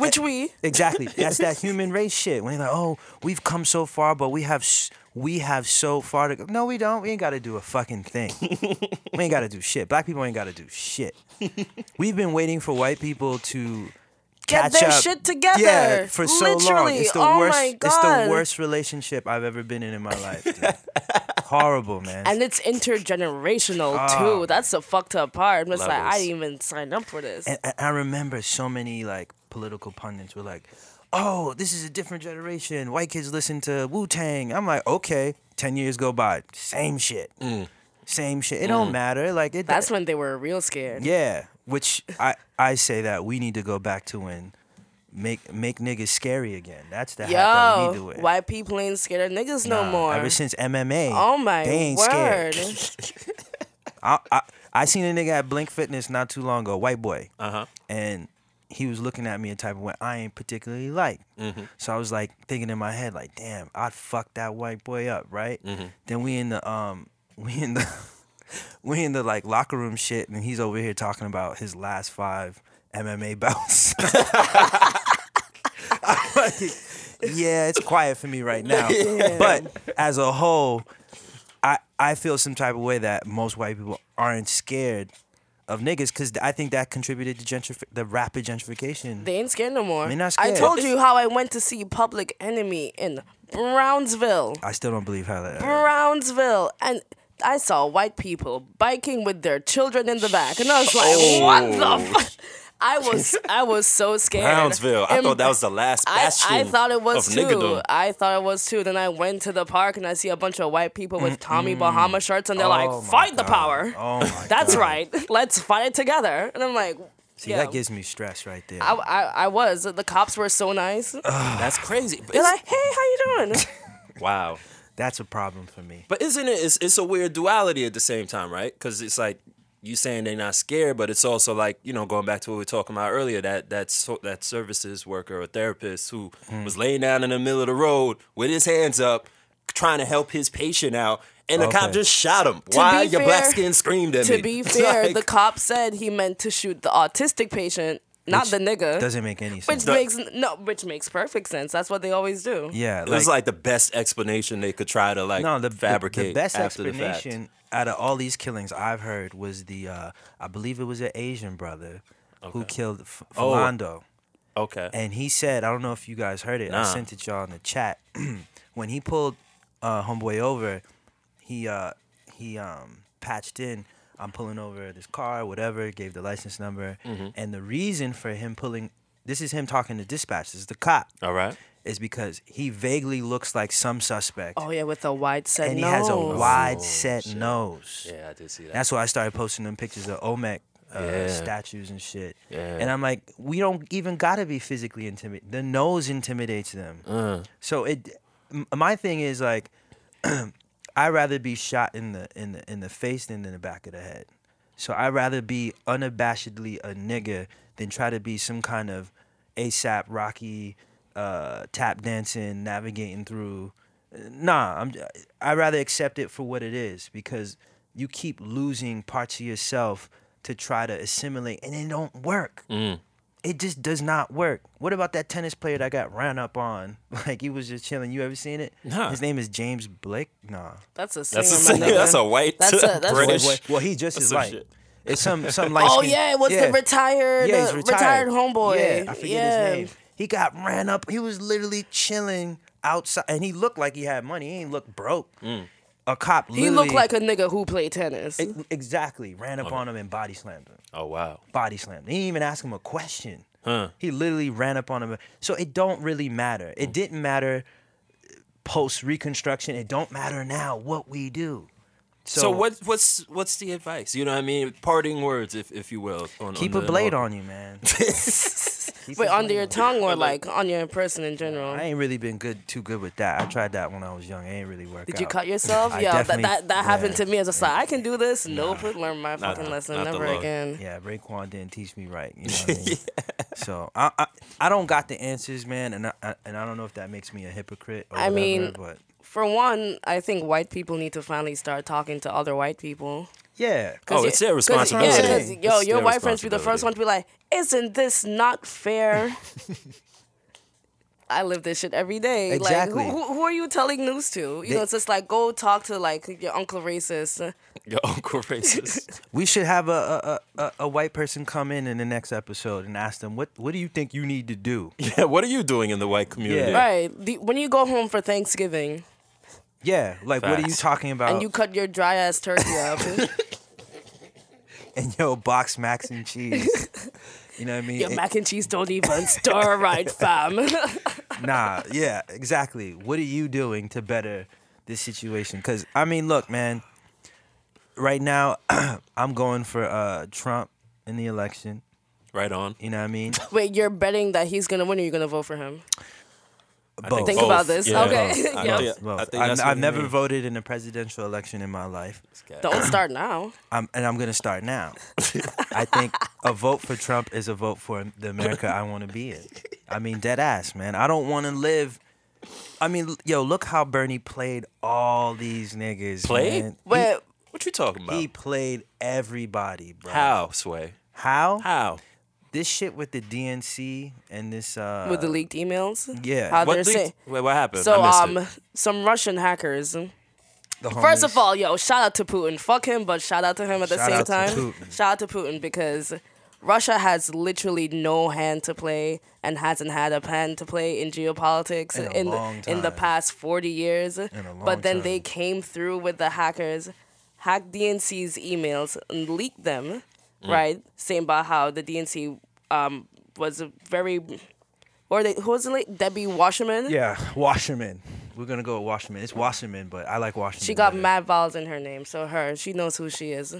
E: Which we
F: Exactly. That's that human race shit. When you're like, oh, we've come so far, but we have s- we have so far to go. No, we don't. We ain't got to do a fucking thing. we ain't got to do shit. Black people ain't got to do shit. We've been waiting for white people to
E: Get
F: catch
E: their
F: up.
E: shit together.
F: Yeah, for so long.
E: Literally.
F: It's the
E: Oh my
F: worst. It's the
E: God.
F: worst relationship I've ever been in in my life. dude. Horrible, man.
E: and it's intergenerational
F: Ah.
E: too. That's the fucked up part. I'm just like, I didn't even sign up for this.
F: and, and I remember so many like political pundits were like, "Oh, this is a different generation. White kids listen to Wu Tang." I'm like, "Okay." Ten years go by, same shit, same shit. It don't matter. Like it.
E: That's when they were real scared.
F: yeah. Which I I say that we need to go back to when make make niggas scary again. That's the hat that we
E: Yo,
F: do it.
E: white people ain't scared of niggas no
F: Nah,
E: more.
F: Uh, Ever since MMA,
E: oh my
F: they ain't scared.
E: word.
F: I, I I seen a nigga at Blink Fitness not too long ago, white boy.
C: Uh-huh.
F: And he was looking at me a type of way I ain't particularly like.
E: Mm-hmm.
F: So I was like thinking in my head, like, damn, I'd fuck that white boy up, right?
E: Mm-hmm.
F: Then we in the um we in the we in the like locker room shit and he's over here talking about his last five MMA bouts. I'm like, yeah, it's quiet for me right now. But as a whole, I, I feel some type of way that most white people aren't scared of niggas because I think that contributed to gentrif- the rapid gentrification.
E: They ain't scared no more.
F: They not
E: I
F: scared.
E: told you how I went to see Public Enemy in Brownsville.
F: I still don't believe how that.
E: Brownsville. And I saw white people biking with their children in the back. And I was like, what
F: Oh.
E: the fuck? I was I was so scared.
C: Brownsville. I
E: In-
C: thought that was the last
E: I,
C: bastion.
E: I thought it was
C: of
E: too.
C: niggerdom.
E: I thought it was too. Then I went to the park and I see a bunch of white people with Tommy Bahama shirts and they're like, fight the power.
F: Oh my
E: That's right. Let's fight it together. And I'm like,
F: See,
E: yeah.
F: that gives me stress right there.
E: I, I, I was. The cops were so nice.
C: That's crazy. But
E: They're
C: it's-
E: like, hey, how you doing?
C: wow.
F: That's a problem for me.
C: But isn't it? It's, it's a weird duality at the same time, right? Because it's like you saying they're not scared, but it's also like you know going back to what we were talking about earlier that that so, that services worker or therapist who
F: Hmm.
C: was laying down in the middle of the road with his hands up, trying to help his patient out, and the cop
F: Okay.
C: just shot him.
E: To
C: Why
E: be
C: your black
E: fair-
C: skin screamed at me?
E: to be fair,
C: Like,
E: the cop said he meant to shoot the autistic patient, not
F: Which
E: the nigga.
F: Doesn't make any
E: which
F: sense.
E: makes no, which makes perfect sense. That's what they always do.
F: yeah,
C: it was like the best explanation they could try to like
F: no, the the-
C: fabricate.
F: The, best
C: after the fact.
F: explanation out of all these killings I've heard was the uh, I believe it was an Asian brother who killed F-
C: Oh.
F: Philando.
C: Okay.
F: And he said, I don't know if you guys heard it.
C: Nah.
F: I sent it y'all in the chat. when he pulled uh, homeboy over, he uh, he um, patched in. I'm pulling over this car, whatever. Gave the license number,
C: Mm-hmm.
F: and the reason for him pulling. This is him talking to dispatch. This is the cop.
C: All right.
F: Is because he vaguely looks like some suspect,
E: Oh yeah, with a wide set
F: and he
E: nose.
F: has a wide set nose.
C: Yeah, I did see that.
F: That's why I started posting them pictures of Olmec uh,
C: Yeah.
F: statues and shit.
C: Yeah.
F: And I'm like, we don't even gotta be physically intimidated. The nose intimidates them.
C: Uh.
F: So it, m- my thing is like, I'd rather be shot in the in the in the face than in the back of the head. So I'd rather be unabashedly a nigga than try to be some kind of ASAP Rocky, uh, tap dancing, navigating through. Nah, I'm. I'd rather accept it for what it is because you keep losing parts of yourself to try to assimilate, and it don't work. It just does not work. What about that tennis player that got ran up on? Like he was just chilling. You ever seen it?
C: Nah.
F: His name is James Blake. Nah.
E: That's a singer.
C: That's a
E: my
C: singer.
E: nigga.
C: That's a white
E: That's a- that's a-
C: British.
F: Well, well, he just
C: That's
F: is
C: some
F: like
C: shit.
F: it's some some light.
E: Oh yeah, it was the retired,
F: yeah, he's
E: uh,
F: retired.
E: homeboy.
F: Yeah, I forget
E: Yeah.
F: his name. He got ran up. He was literally chilling outside, and he looked like he had money. He ain't look broke.
C: Mm.
F: A cop.
E: He
F: literally-
E: looked like a nigga who played tennis.
F: e- exactly ran up on him and body slammed him.
C: Oh wow.
F: Body slammed. He didn't even ask him a question. He literally ran up on him. So it don't really matter.
C: Mm.
F: It didn't matter post Reconstruction. It don't matter now what we do.
C: So, what what's what's the advice? You know what I mean? Parting words, if if you will. On,
F: Keep
C: on
F: a blade on you, man. Keep
E: Wait,
F: a
E: under
F: blade
E: your
F: on
E: tongue or like on your person in general?
F: you. I ain't really been good, too good with that. I tried that when I was young. It ain't really worked.
E: Did you
F: out.
E: cut yourself?
F: I
E: Yeah, that
F: definitely-
E: that, that happened
F: yeah.
E: to me. I was just like, I can do this. Nope, learn my fucking lesson
C: not the
E: never
C: law.
E: again.
F: Yeah, Raekwon didn't teach me right. You know what I mean? So I, I I don't got the answers, man, and I, I and I don't know if that makes me a hypocrite. Or
E: I
F: whatever,
E: mean,
F: but
E: For one, I think white people need to finally start talking to other white people.
F: Yeah.
C: Oh, it's their responsibility.
E: Yeah, 'cause, yo,
C: It's
E: your
C: their
E: white friends be the first
C: responsibility.
E: one to be like, "Isn't this not fair?" I live this shit every day.
F: Exactly.
E: Like, who- who, who are you telling news to? You know, it's just like go talk to like your uncle racist.
C: Your uncle racist.
F: We should have a a, a a- a white person come in in the next episode and ask them what what do you think you need to do?
C: yeah, what are you doing in the white community?
F: Yeah.
E: Right. The, when you go home for Thanksgiving
F: Yeah, like what are you
C: Facts.
F: talking about?
C: Uh,
E: and you cut your dry ass turkey up,
F: and yo box mac and cheese. you know what I mean?
E: your mac and cheese don't even stir right, fam.
F: nah, yeah, exactly. What are you doing to better this situation? Cuz I mean, look, man, right now I'm going for uh Trump in the election,
C: Right on.
F: you know what I mean?
E: Wait, you're betting that he's gonna win, or you're gonna vote for him?
F: Both.
E: Think about this. Okay.
C: I
E: Yep.
C: think-
F: Both.
C: I think
F: I've,
C: that's
F: I've
C: what
F: never
C: we-
F: voted in a presidential election in my life.
E: Don't start now.
F: I'm, and I'm gonna start now. I think a vote for Trump is a vote for the America I want to be in. I mean, dead ass, man. I don't want to live. I mean, yo, look how Bernie played all these niggas.
C: Played?
F: man.
E: Wait,
C: What you talking
F: He,
C: about?
F: he played everybody, bro.
C: How, Sway?
F: How?
C: How?
F: This shit with the DNC and this. uh
E: with the leaked emails.
F: Yeah.
E: How
C: What,
E: they're
C: leaked-
E: saying.
C: Wait, what happened?
E: So
C: I
E: um,
C: missed it.
E: some Russian hackers.
F: the
E: First
F: homies.
E: of all, yo, shout out to Putin. Fuck him, but shout out to him at the
F: Shout
E: same
F: out to
E: time.
F: Putin.
E: Shout out to Putin because Russia has literally no hand to play and hasn't had a hand to play in geopolitics
F: In a
E: in
F: long
E: in the
F: time.
E: past 40 years.
F: long
E: but then
F: time.
E: they came through with the hackers, hacked DNC's emails and leaked them,
F: Mm.
E: right? Saying about how the DNC um, was a very or they who was the late Debbie Wasserman?
F: yeah, Washerman. We're gonna go with Washerman. It's Washerman, but I like Washerman.
E: She got
F: better.
E: mad vowels in her name, so her she knows who she is.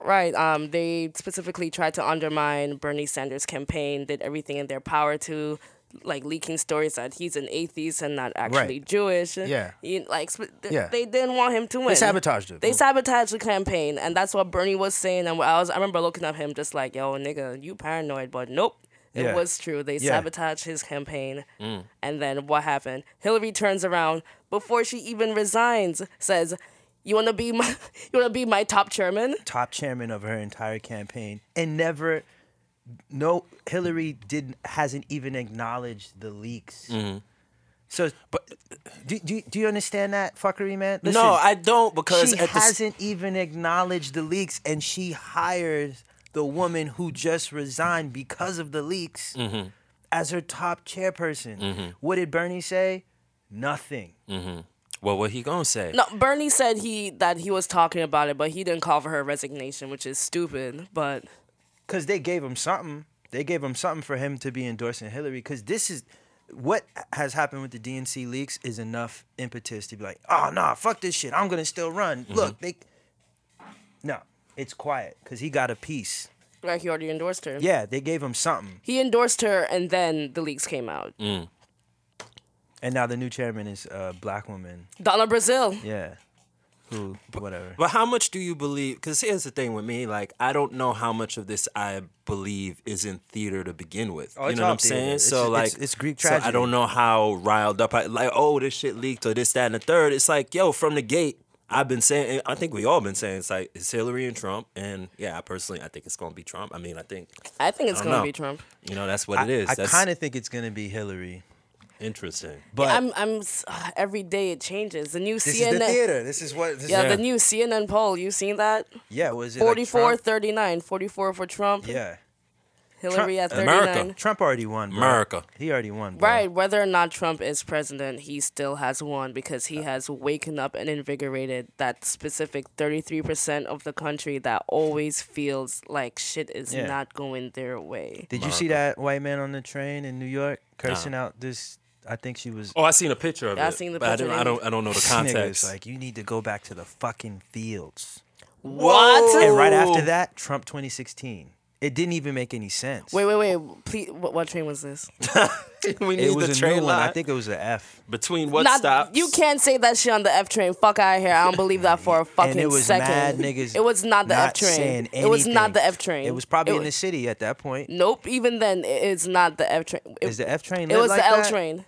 E: right. Um. They specifically tried to undermine Bernie Sanders' campaign. Did everything in their power to, like, leaking stories that he's an atheist and not actually
F: Right.
E: Jewish.
F: Yeah.
E: You, like, sp- th-
F: Yeah.
E: they didn't want him to win.
F: sabotaged him.
E: They sabotaged the campaign, and that's what Bernie was saying. And I was, I remember looking at him just like, "Yo, nigga, you paranoid?" But nope. It
F: Yeah.
E: was true. They
F: Yeah.
E: sabotaged his campaign. And then what happened? Hillary turns around before she even resigns, says, "You want to be my you want to be my top chairman?"
F: top chairman of her entire campaign and never no Hillary didn't hasn't even acknowledged the leaks.
C: Mm-hmm.
F: So but do, do do you understand that fuckery man? Listen,
C: no, I don't because
F: she
C: at the s-
F: hasn't even acknowledged the leaks and she hires the woman who just resigned because of the leaks
C: Mm-hmm.
F: as her top chairperson. What did Bernie say? Nothing.
C: Mm. well, what he gonna say?
E: No, Bernie said he that he was talking about it, but he didn't call for her resignation, which is stupid. But
F: because they gave him something. They gave him something for him to be endorsing Hillary. Because this is what has happened with the DNC leaks is enough impetus to be like, oh nah, fuck this shit. I'm gonna still run.
C: Mm-hmm.
F: Look, they. No, it's quiet because he got a piece.
E: right, he already endorsed her.
F: Yeah, they gave him something,
E: He endorsed her, and then the leaks came out.
F: and now the new chairman is a black woman.
E: Donna Brazil.
F: Yeah, who whatever.
C: But how much do you believe? Because here's the thing with me, like I don't know how much of this I believe is in theater to begin with.
F: Oh,
C: you
F: it's
C: know what
F: all
C: I'm saying?
F: theater. It's-
C: so like
F: it's- it's Greek
C: So I
F: tragedy.
C: don't know how riled up I like. Oh, this shit leaked or this, that, and the third. It's like yo, from the gate, I've been saying. I think we all been saying it's like it's Hillary and Trump, and yeah, I personally I think it's gonna be Trump. I mean, I think
E: I think it's
C: I don't
E: gonna
C: know.
E: be Trump.
C: you know that's what it is.
F: I
C: that's
F: kind of think it's gonna be Hillary,
C: interesting.
F: but
E: I'm, I'm. s- Every day it changes. The new
F: this
E: CNN.
F: is the theater. This is what. This
E: Yeah,
F: is,
E: the new CNN poll. You seen that?
F: yeah. Was it like
E: 44
F: Trump?
E: 39. 44 for Trump.
F: Yeah,
E: Hillary
F: Trump-
E: at 39.
C: America.
F: Trump already won. bro.
C: America.
F: He already won. Bro.
E: Right. Whether or not Trump is president, he still has won because
F: Uh.
E: he has waken up and invigorated that specific 33% of the country that always feels like shit is
F: Yeah.
E: not going their way.
F: Did you see that white man on the train in New York cursing out this? I think she was.
C: Oh, I seen a picture of
E: Yeah, I
C: it.
E: seen the
C: but
E: picture,
C: I don't, I
E: they-
C: don't. I don't know the
F: This nigga
C: context.
F: was like, you need to go back to the fucking fields.
E: What?
F: And right after that, Trump 2016. It didn't even make any sense.
E: Wait, wait, wait. Please, what, what train was this?
C: we need
F: it was
C: the
F: a
C: train
F: new
C: line.
F: one. I think it was an F.
C: between what
E: Not-
C: stops.
E: You can't say that shit on the F train. Fuck out here. I don't believe that for a fucking
F: and it was
E: second.
F: mad niggas.
E: it was not the
F: not
E: F train.
F: saying
E: It was not
F: anything.
E: the F train.
F: It was probably
E: It
F: in the city at that point.
E: Nope. Even then, it- it's not the F train. It,
F: Is the F train?
E: it
F: lit
E: was
F: like
E: the L Uh,
F: that? Mm-hmm.
E: train.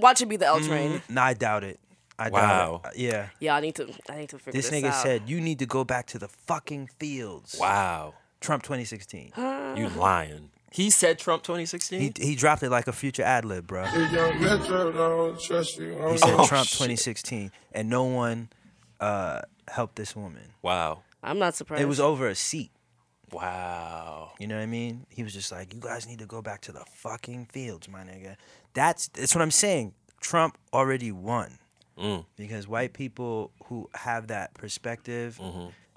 E: Watch it be the L train.
F: No, I doubt it. I
C: Wow.
F: doubt it. Yeah.
E: Yeah, I need to. I need to figure
F: This
E: this,
F: nigga
E: out.
F: said you need to go back to the fucking fields.
C: Wow.
F: Trump 2016.
C: You lying. He said Trump 2016?
F: He, he dropped it like a future ad lib, bro. He
H: Young Metro, don't trust you. I don't
F: said
H: know.
F: Trump
C: shit.
F: 2016, and no one uh, helped this woman.
C: wow.
E: I'm not surprised.
F: It was over a seat.
C: Wow.
F: You know what I mean? He was just like, "You guys need to go back to the fucking fields, my nigga." That's that's what I'm saying. Trump already won because white people who have that perspective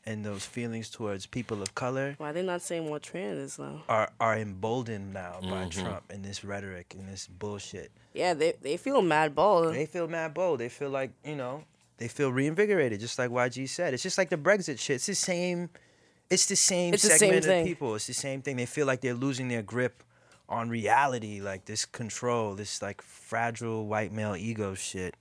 F: and those feelings towards people of color
E: Why they not saying what trans is though?
F: are are emboldened now by Trump and this rhetoric and this bullshit.
E: Yeah, they they feel mad ball.
F: They feel mad bold. They feel like you know they feel reinvigorated, just like YG said. It's just like the Brexit shit. It's the same. It's the same
E: It's the same
F: segment of
E: thing.
F: people. It's the same thing. They feel like they're losing their grip on reality, like this control, this like fragile white male ego shit.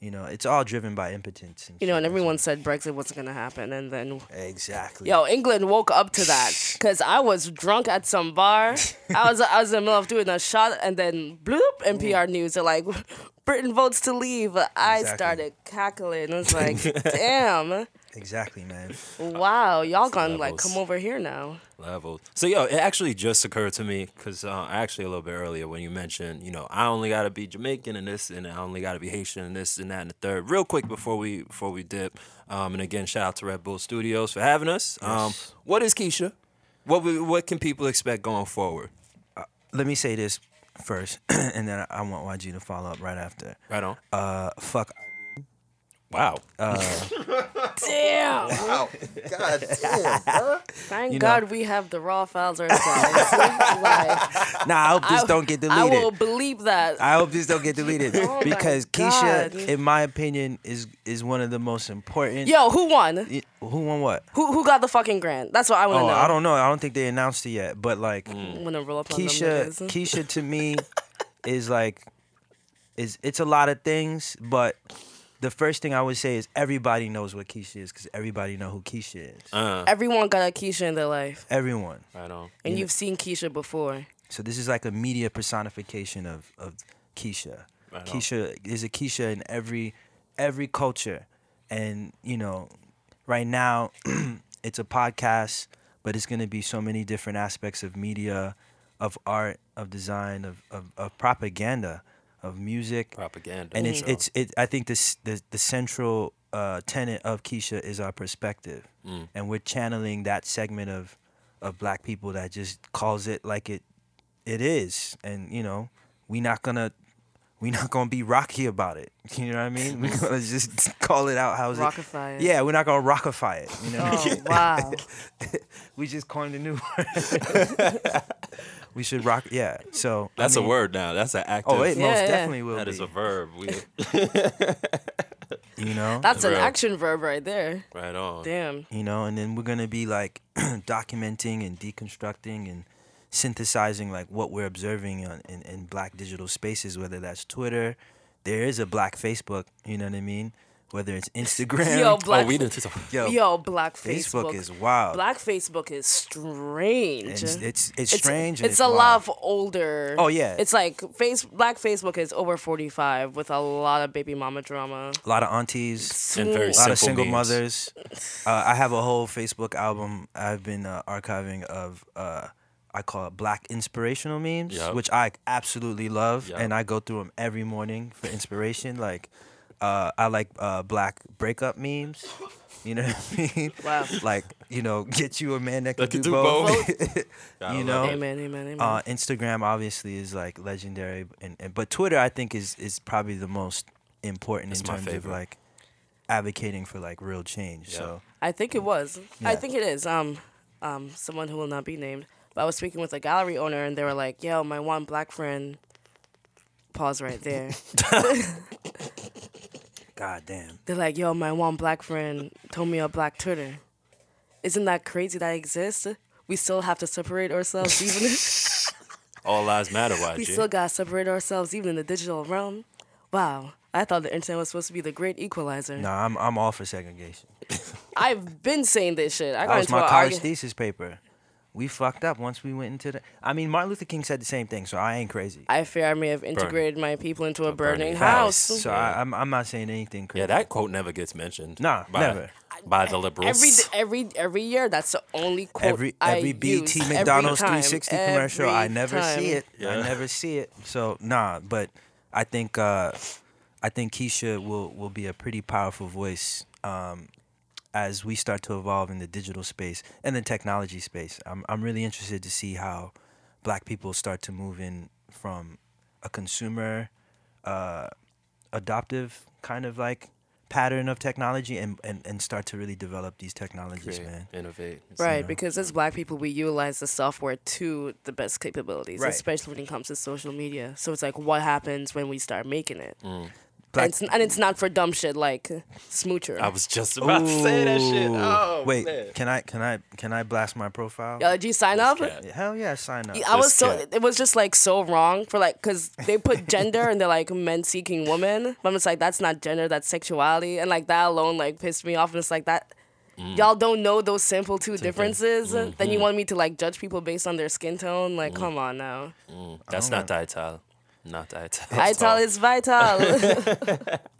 F: You know, it's all driven by impotence. And
E: You know,
F: shit.
E: and everyone said Brexit wasn't gonna happen, and then
F: exactly.
E: yo, England woke up to that because I was drunk at some bar. I was I was in the middle of doing a shot, and then bloop,
F: Mm-hmm.
E: NPR news are like, Britain votes to leave. I
F: Exactly.
E: started cackling. I was like, damn,
F: exactly, man.
E: wow, y'all gonna like
C: Levels.
E: come over here now.
C: Levels. So, yo, it actually just occurred to me because uh, actually a little bit earlier when you mentioned, you know, I only got to be Jamaican and this, and I only got to be Haitian and this and that and the third. Real quick before we before we dip, um, and again, shout out to Red Bull Studios for having us. Um, what is Keisha? What we, what can people expect going forward?
F: Let me say this first, and then I- I want YG to follow up right after.
C: Right on.
F: Uh, fuck.
C: wow.
E: Damn.
H: God damn, bro.
E: Thank
F: You know-
E: God we have the raw files ourselves. like,
F: Nah, I hope this
E: I-
F: don't get deleted.
E: I will believe that.
F: I hope this don't get deleted
E: Oh my
F: because
E: God.
F: Keisha, in my opinion, is is one of the most important.
E: Yo, who won?
F: I- Who won what?
E: Who who got the fucking grant? That's what I want to
F: Oh,
E: know.
F: I don't know. I don't think they announced it yet. But like
E: I'm gonna roll up on
F: Keisha,
E: them. niggas.
F: Keisha to me is like is it's a lot of things, but the first thing I would say is everybody knows what Keisha is because everybody know who Keisha is.
E: Everyone got a Keisha in their life,
F: Everyone.
C: Right on.
E: and you've seen Keisha before.
F: So this is like a media personification of of Keisha.
C: Right on.
F: Keisha there's a Keisha in every every culture, and you know, right now it's a podcast, but it's gonna be so many different aspects of media, of art, of design, of of, of propaganda, of music,
C: Propaganda.
F: and it's
C: you know.
F: it's it. I think this the the central uh, tenet of Keisha is our perspective,
C: Mm.
F: and we're channeling that segment of of black people that just calls it like it it is, and you know we not gonna. We not gonna be rocky about it. You know what I mean? We're gonna just call it out. How's
E: Rockify
F: it?
E: it.
F: Yeah, we're not gonna rockify it. You know,
E: Oh wow! Oh.
F: we just coined a new word. we should rock. Yeah. So I
C: that's
F: mean-
C: a word now. That's an active.
F: Oh, it
E: Yeah,
F: most
E: yeah.
F: definitely will
C: that
F: be.
C: is a verb. We,
F: you know.
E: That's an
C: Bro.
E: action verb right there.
C: right on.
E: Damn.
F: you know and then we're going to be like documenting and deconstructing and synthesizing like what we're observing on, in, in black digital spaces whether that's twitter there is a black facebook you know what i mean whether it's instagram
E: Yo, black.
C: oh, we didn't.
F: Yo,
E: Yo, black
F: facebook,
E: Facebook.
F: is wild
E: Black Facebook is strange.
F: And it's, it's, it's strange and
E: It's, a
F: wild.
E: lot of older.
F: Oh, yeah.
E: It's like face black Facebook is over forty five with a lot of baby mama drama.
F: a lot of aunties
C: And very
E: A
F: a lot of
C: simple
F: single
C: memes.
F: mothers. Uh, I have a whole Facebook album I've been uh, archiving of. Uh, I call it Black inspirational memes,
C: Yup.
F: which I absolutely love,
C: Yup.
F: and I go through them every morning for inspiration. like, uh, I like uh, Black breakup memes. You know what I mean?
E: Wow.
F: like, you know, get you a man that can,
C: can
F: do,
C: do
F: both.
C: Gotta
F: you
C: love
F: know,
C: it.
E: Amen. Amen. Amen.
F: Oh. uh, Instagram obviously is like legendary, and, and but Twitter I think is is probably the most important in
C: my
F: terms of
C: favorite.
F: like advocating for like real change. So
E: I think it was.
F: Yeah.
E: I think it is. Um, um, someone who will not be named. But I was speaking with a gallery owner, and they were like, "Yo, my one black friend." Pause right there.
F: goddamn,
E: They're like, "Yo, my one black friend told me a black Twitter." Isn't that crazy? That exists. We still have to separate ourselves, even if
C: All lives matter, YG.
E: we still gotta separate ourselves, even in the digital realm. Wow. I thought the internet was supposed to be the great equalizer.
F: nah, I'm I'm all for segregation.
E: I've been saying this shit. I got
F: That was
E: into
F: my
E: an
F: college
E: argu-
F: thesis paper. we fucked up once we went into the. I mean, Martin Luther King said the same thing, so I ain't crazy.
E: I fear I may have integrated my people into a burning,
C: burning
E: house.
C: house.
F: So I, I'm, I'm not saying anything crazy.
C: Yeah, that quote never gets mentioned.
F: Nah,
C: by,
F: never.
C: By the liberals.
E: Every every every year, that's the only quote
F: every
E: I
F: every
E: use,
F: BT
E: every
F: McDonald's
E: time,
F: 360 commercial,
E: every
F: I never
E: time.
F: see it.
C: Yeah.
F: I never see it. So nah, but I think uh, I think Keisha will will be a pretty powerful voice um, as we start to evolve in the digital space and the technology space. I'm I'm really interested to see how Black people start to move in from a consumer uh, adoptive kind of like pattern of technology and, and, and start to really develop these technologies,
C: Create,
F: man.
C: innovate. It's-
E: Right, because as black people, we utilize the software to the best capabilities,
F: Right.
E: especially when it comes to social media. So it's like, what happens when we start making it?
C: Mm.
F: Black-
E: and, it's, and it's not for dumb shit like smoocher.
C: I was just about to say that shit.
F: Ooh.
C: Oh,
F: Wait,
C: man.
F: can I can I can I blast my profile?
E: Yo, did you sign up?
C: cat.
F: Hell yeah, sign up.
E: I was
C: This
E: so
C: cat.
E: it was just like so wrong for like because they put gender and they're like men seeking women. But I'm just like that's not gender, that's sexuality, and like that alone like pissed me off. And it's like that
C: Mm.
E: y'all don't know those simple two differences.
C: Mm-hmm.
E: Then you want me to like judge people based on their skin tone?
C: Mm.
E: Like come on now,
C: That's not Dital. Not Dital.
E: vital is vital.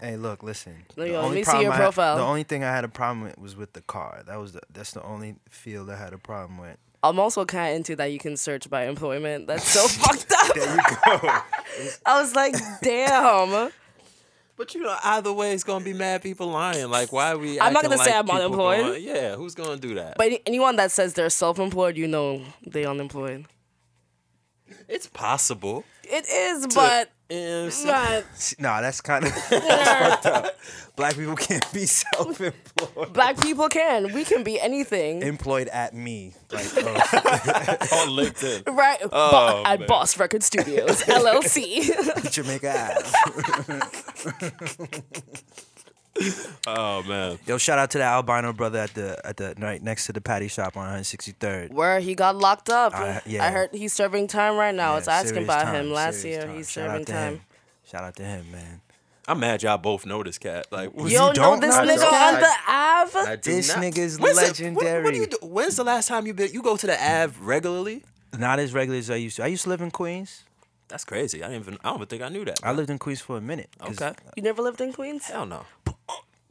F: Hey, look, listen.
E: Yo,
F: The
E: let
F: only
E: me see
F: problem
E: your
F: I-
E: profile.
F: the only thing I had a problem with was with the car. That was the, that's the only field I had a problem with.
E: I'm also kind of into that you can search by employment. That's so fucked up.
F: There you go.
E: I was like, damn.
C: But you know, either way, it's gonna be mad people lying. Like, why are we?
E: I'm not
C: acting
E: gonna say
C: like
E: I'm
C: people
E: unemployed.
C: going- yeah, who's gonna do that?
E: But anyone that says they're self-employed, you know they unemployed.
C: it's possible.
E: It is, but.
C: And so-
E: but
F: nah, that's kind of black people can't be self-employed.
E: Black people can. We can be anything.
F: Employed at me, like oh,
C: on LinkedIn.
E: right.
C: Oh,
E: Bo- at
C: man.
E: Boss Record Studios, LLC.
F: Jamaica ass.
C: Oh man,
F: Yo, shout out to the albino brother at the at the right next to the patty shop on 163rd.
E: Where he got locked up.
F: I-
E: I,
F: yeah.
E: heard he's serving time right now. I was
F: Yeah,
E: asking
F: serious
E: about
F: time,
E: him last
F: serious
E: year.
F: time.
E: He's
F: Shout out
E: serving
F: to
E: time.
F: Him. Shout out to him, man.
C: I'm mad y'all both know this cat. Like,
E: You don't know
F: don't
E: this
F: know
E: nigga
F: this
E: on
C: guy.
E: the Ave?
C: do
F: This
C: not-
F: nigga's
C: When's the- what-
F: legendary.
C: what do you do- When's the last time you been? You go to the Av regularly?
F: Not as regular as I used to. I used to live in Queens.
C: That's crazy. I didn't even. I don't even think I knew that.
F: I lived in Queens for a minute. 'cause-
C: okay.
E: You never lived in Queens?
C: Hell no.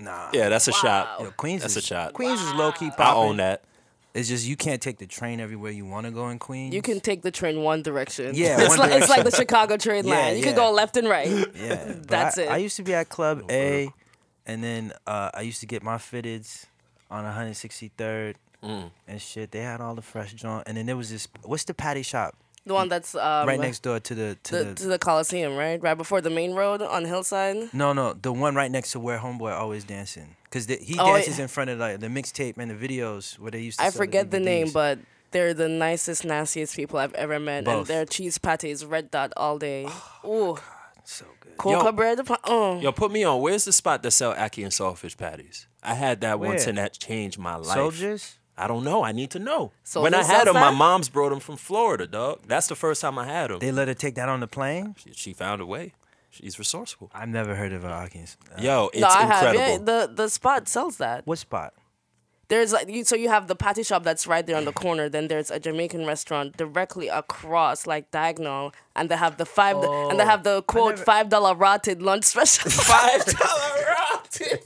F: Nah.
C: Yeah, that's a shot.
F: Yo, Queens
C: That's
F: is
C: a shot.
F: Queens is low key.
C: I own that.
F: It's just you can't take the train everywhere you want to go in Queens.
E: You can take the train one direction.
F: Yeah,
E: it's,
F: one
E: like, it's like the
F: direction.
E: Chicago train
F: Yeah,
E: line. You
F: yeah.
E: can go left and right.
F: Yeah, but
E: That's
F: I,
E: it.
F: I used to be at Club A, and then uh, I used to get my fitteds on 163rd
C: Mm.
F: and shit. They had all the fresh joint, and then there was this. What's the patty shop
E: The one that's um,
F: right next door to the to the,
E: the, to the Coliseum, right? Right before the main road on Hillside.
F: No, no, the one right next to where Homeboy always dancing, cause the, he
E: Oh,
F: dances
E: yeah.
F: in front of like the mixtape and the videos where they used. to
E: I
F: sell
E: forget the name,
F: DVDs.
E: but they're the nicest, nastiest people I've ever met,
F: Both.
E: and their cheese pates red dot all day. Ooh,
F: so good.
E: coca
C: Yo.
E: bread. pa- Oh,
C: Yo, put me on. Where's the spot that sell ackee and saltfish patties? I had that once,
F: Where?
C: and that changed my life.
F: Soldiers.
C: I don't know. I need to know.
E: So
C: when I
E: who
C: had
E: sells
C: them, my
E: that?
C: mom's brought them from Florida, dog. That's the first time I had them.
F: They let her take that on the plane.
C: She, she found a way. She's resourceful.
F: I've never heard of Hawkins. Uh,
C: Yo, it's
E: no, I have.
C: incredible.
E: Yeah, the the spot sells that.
F: what spot?
E: There's like you, so you have the patty shop that's right there on the corner. Then there's a Jamaican restaurant directly across, like diagonal, and they have the five and they have the quote five dollar rotted lunch special.
C: Five dollar rocket.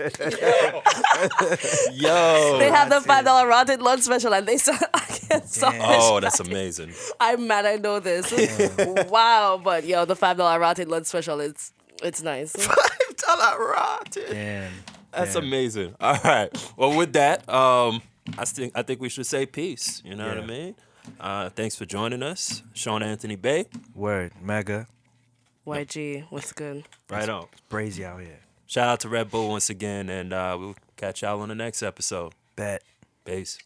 C: Yo.
E: they have the five dollar rotted lunch special, and they sell. I can't solve
C: Oh, that's amazing.
E: I'm mad I know this. wow, but yo, the five dollar rotted lunch special, it's it's nice.
C: Five dollar rocket.
F: Damn.
C: That's amazing. All right. Well, with that, um, I think I think we should say peace. You know what I
F: Yeah.
C: mean? Uh, thanks for joining us, Sean Anthony Bay.
F: Word. Mega.
E: YG, what's good?
C: Right on.
F: Brazy out here.
C: Shout out to Red Bull once again, and uh, we'll catch y'all on the next episode.
F: Bet.
C: Peace.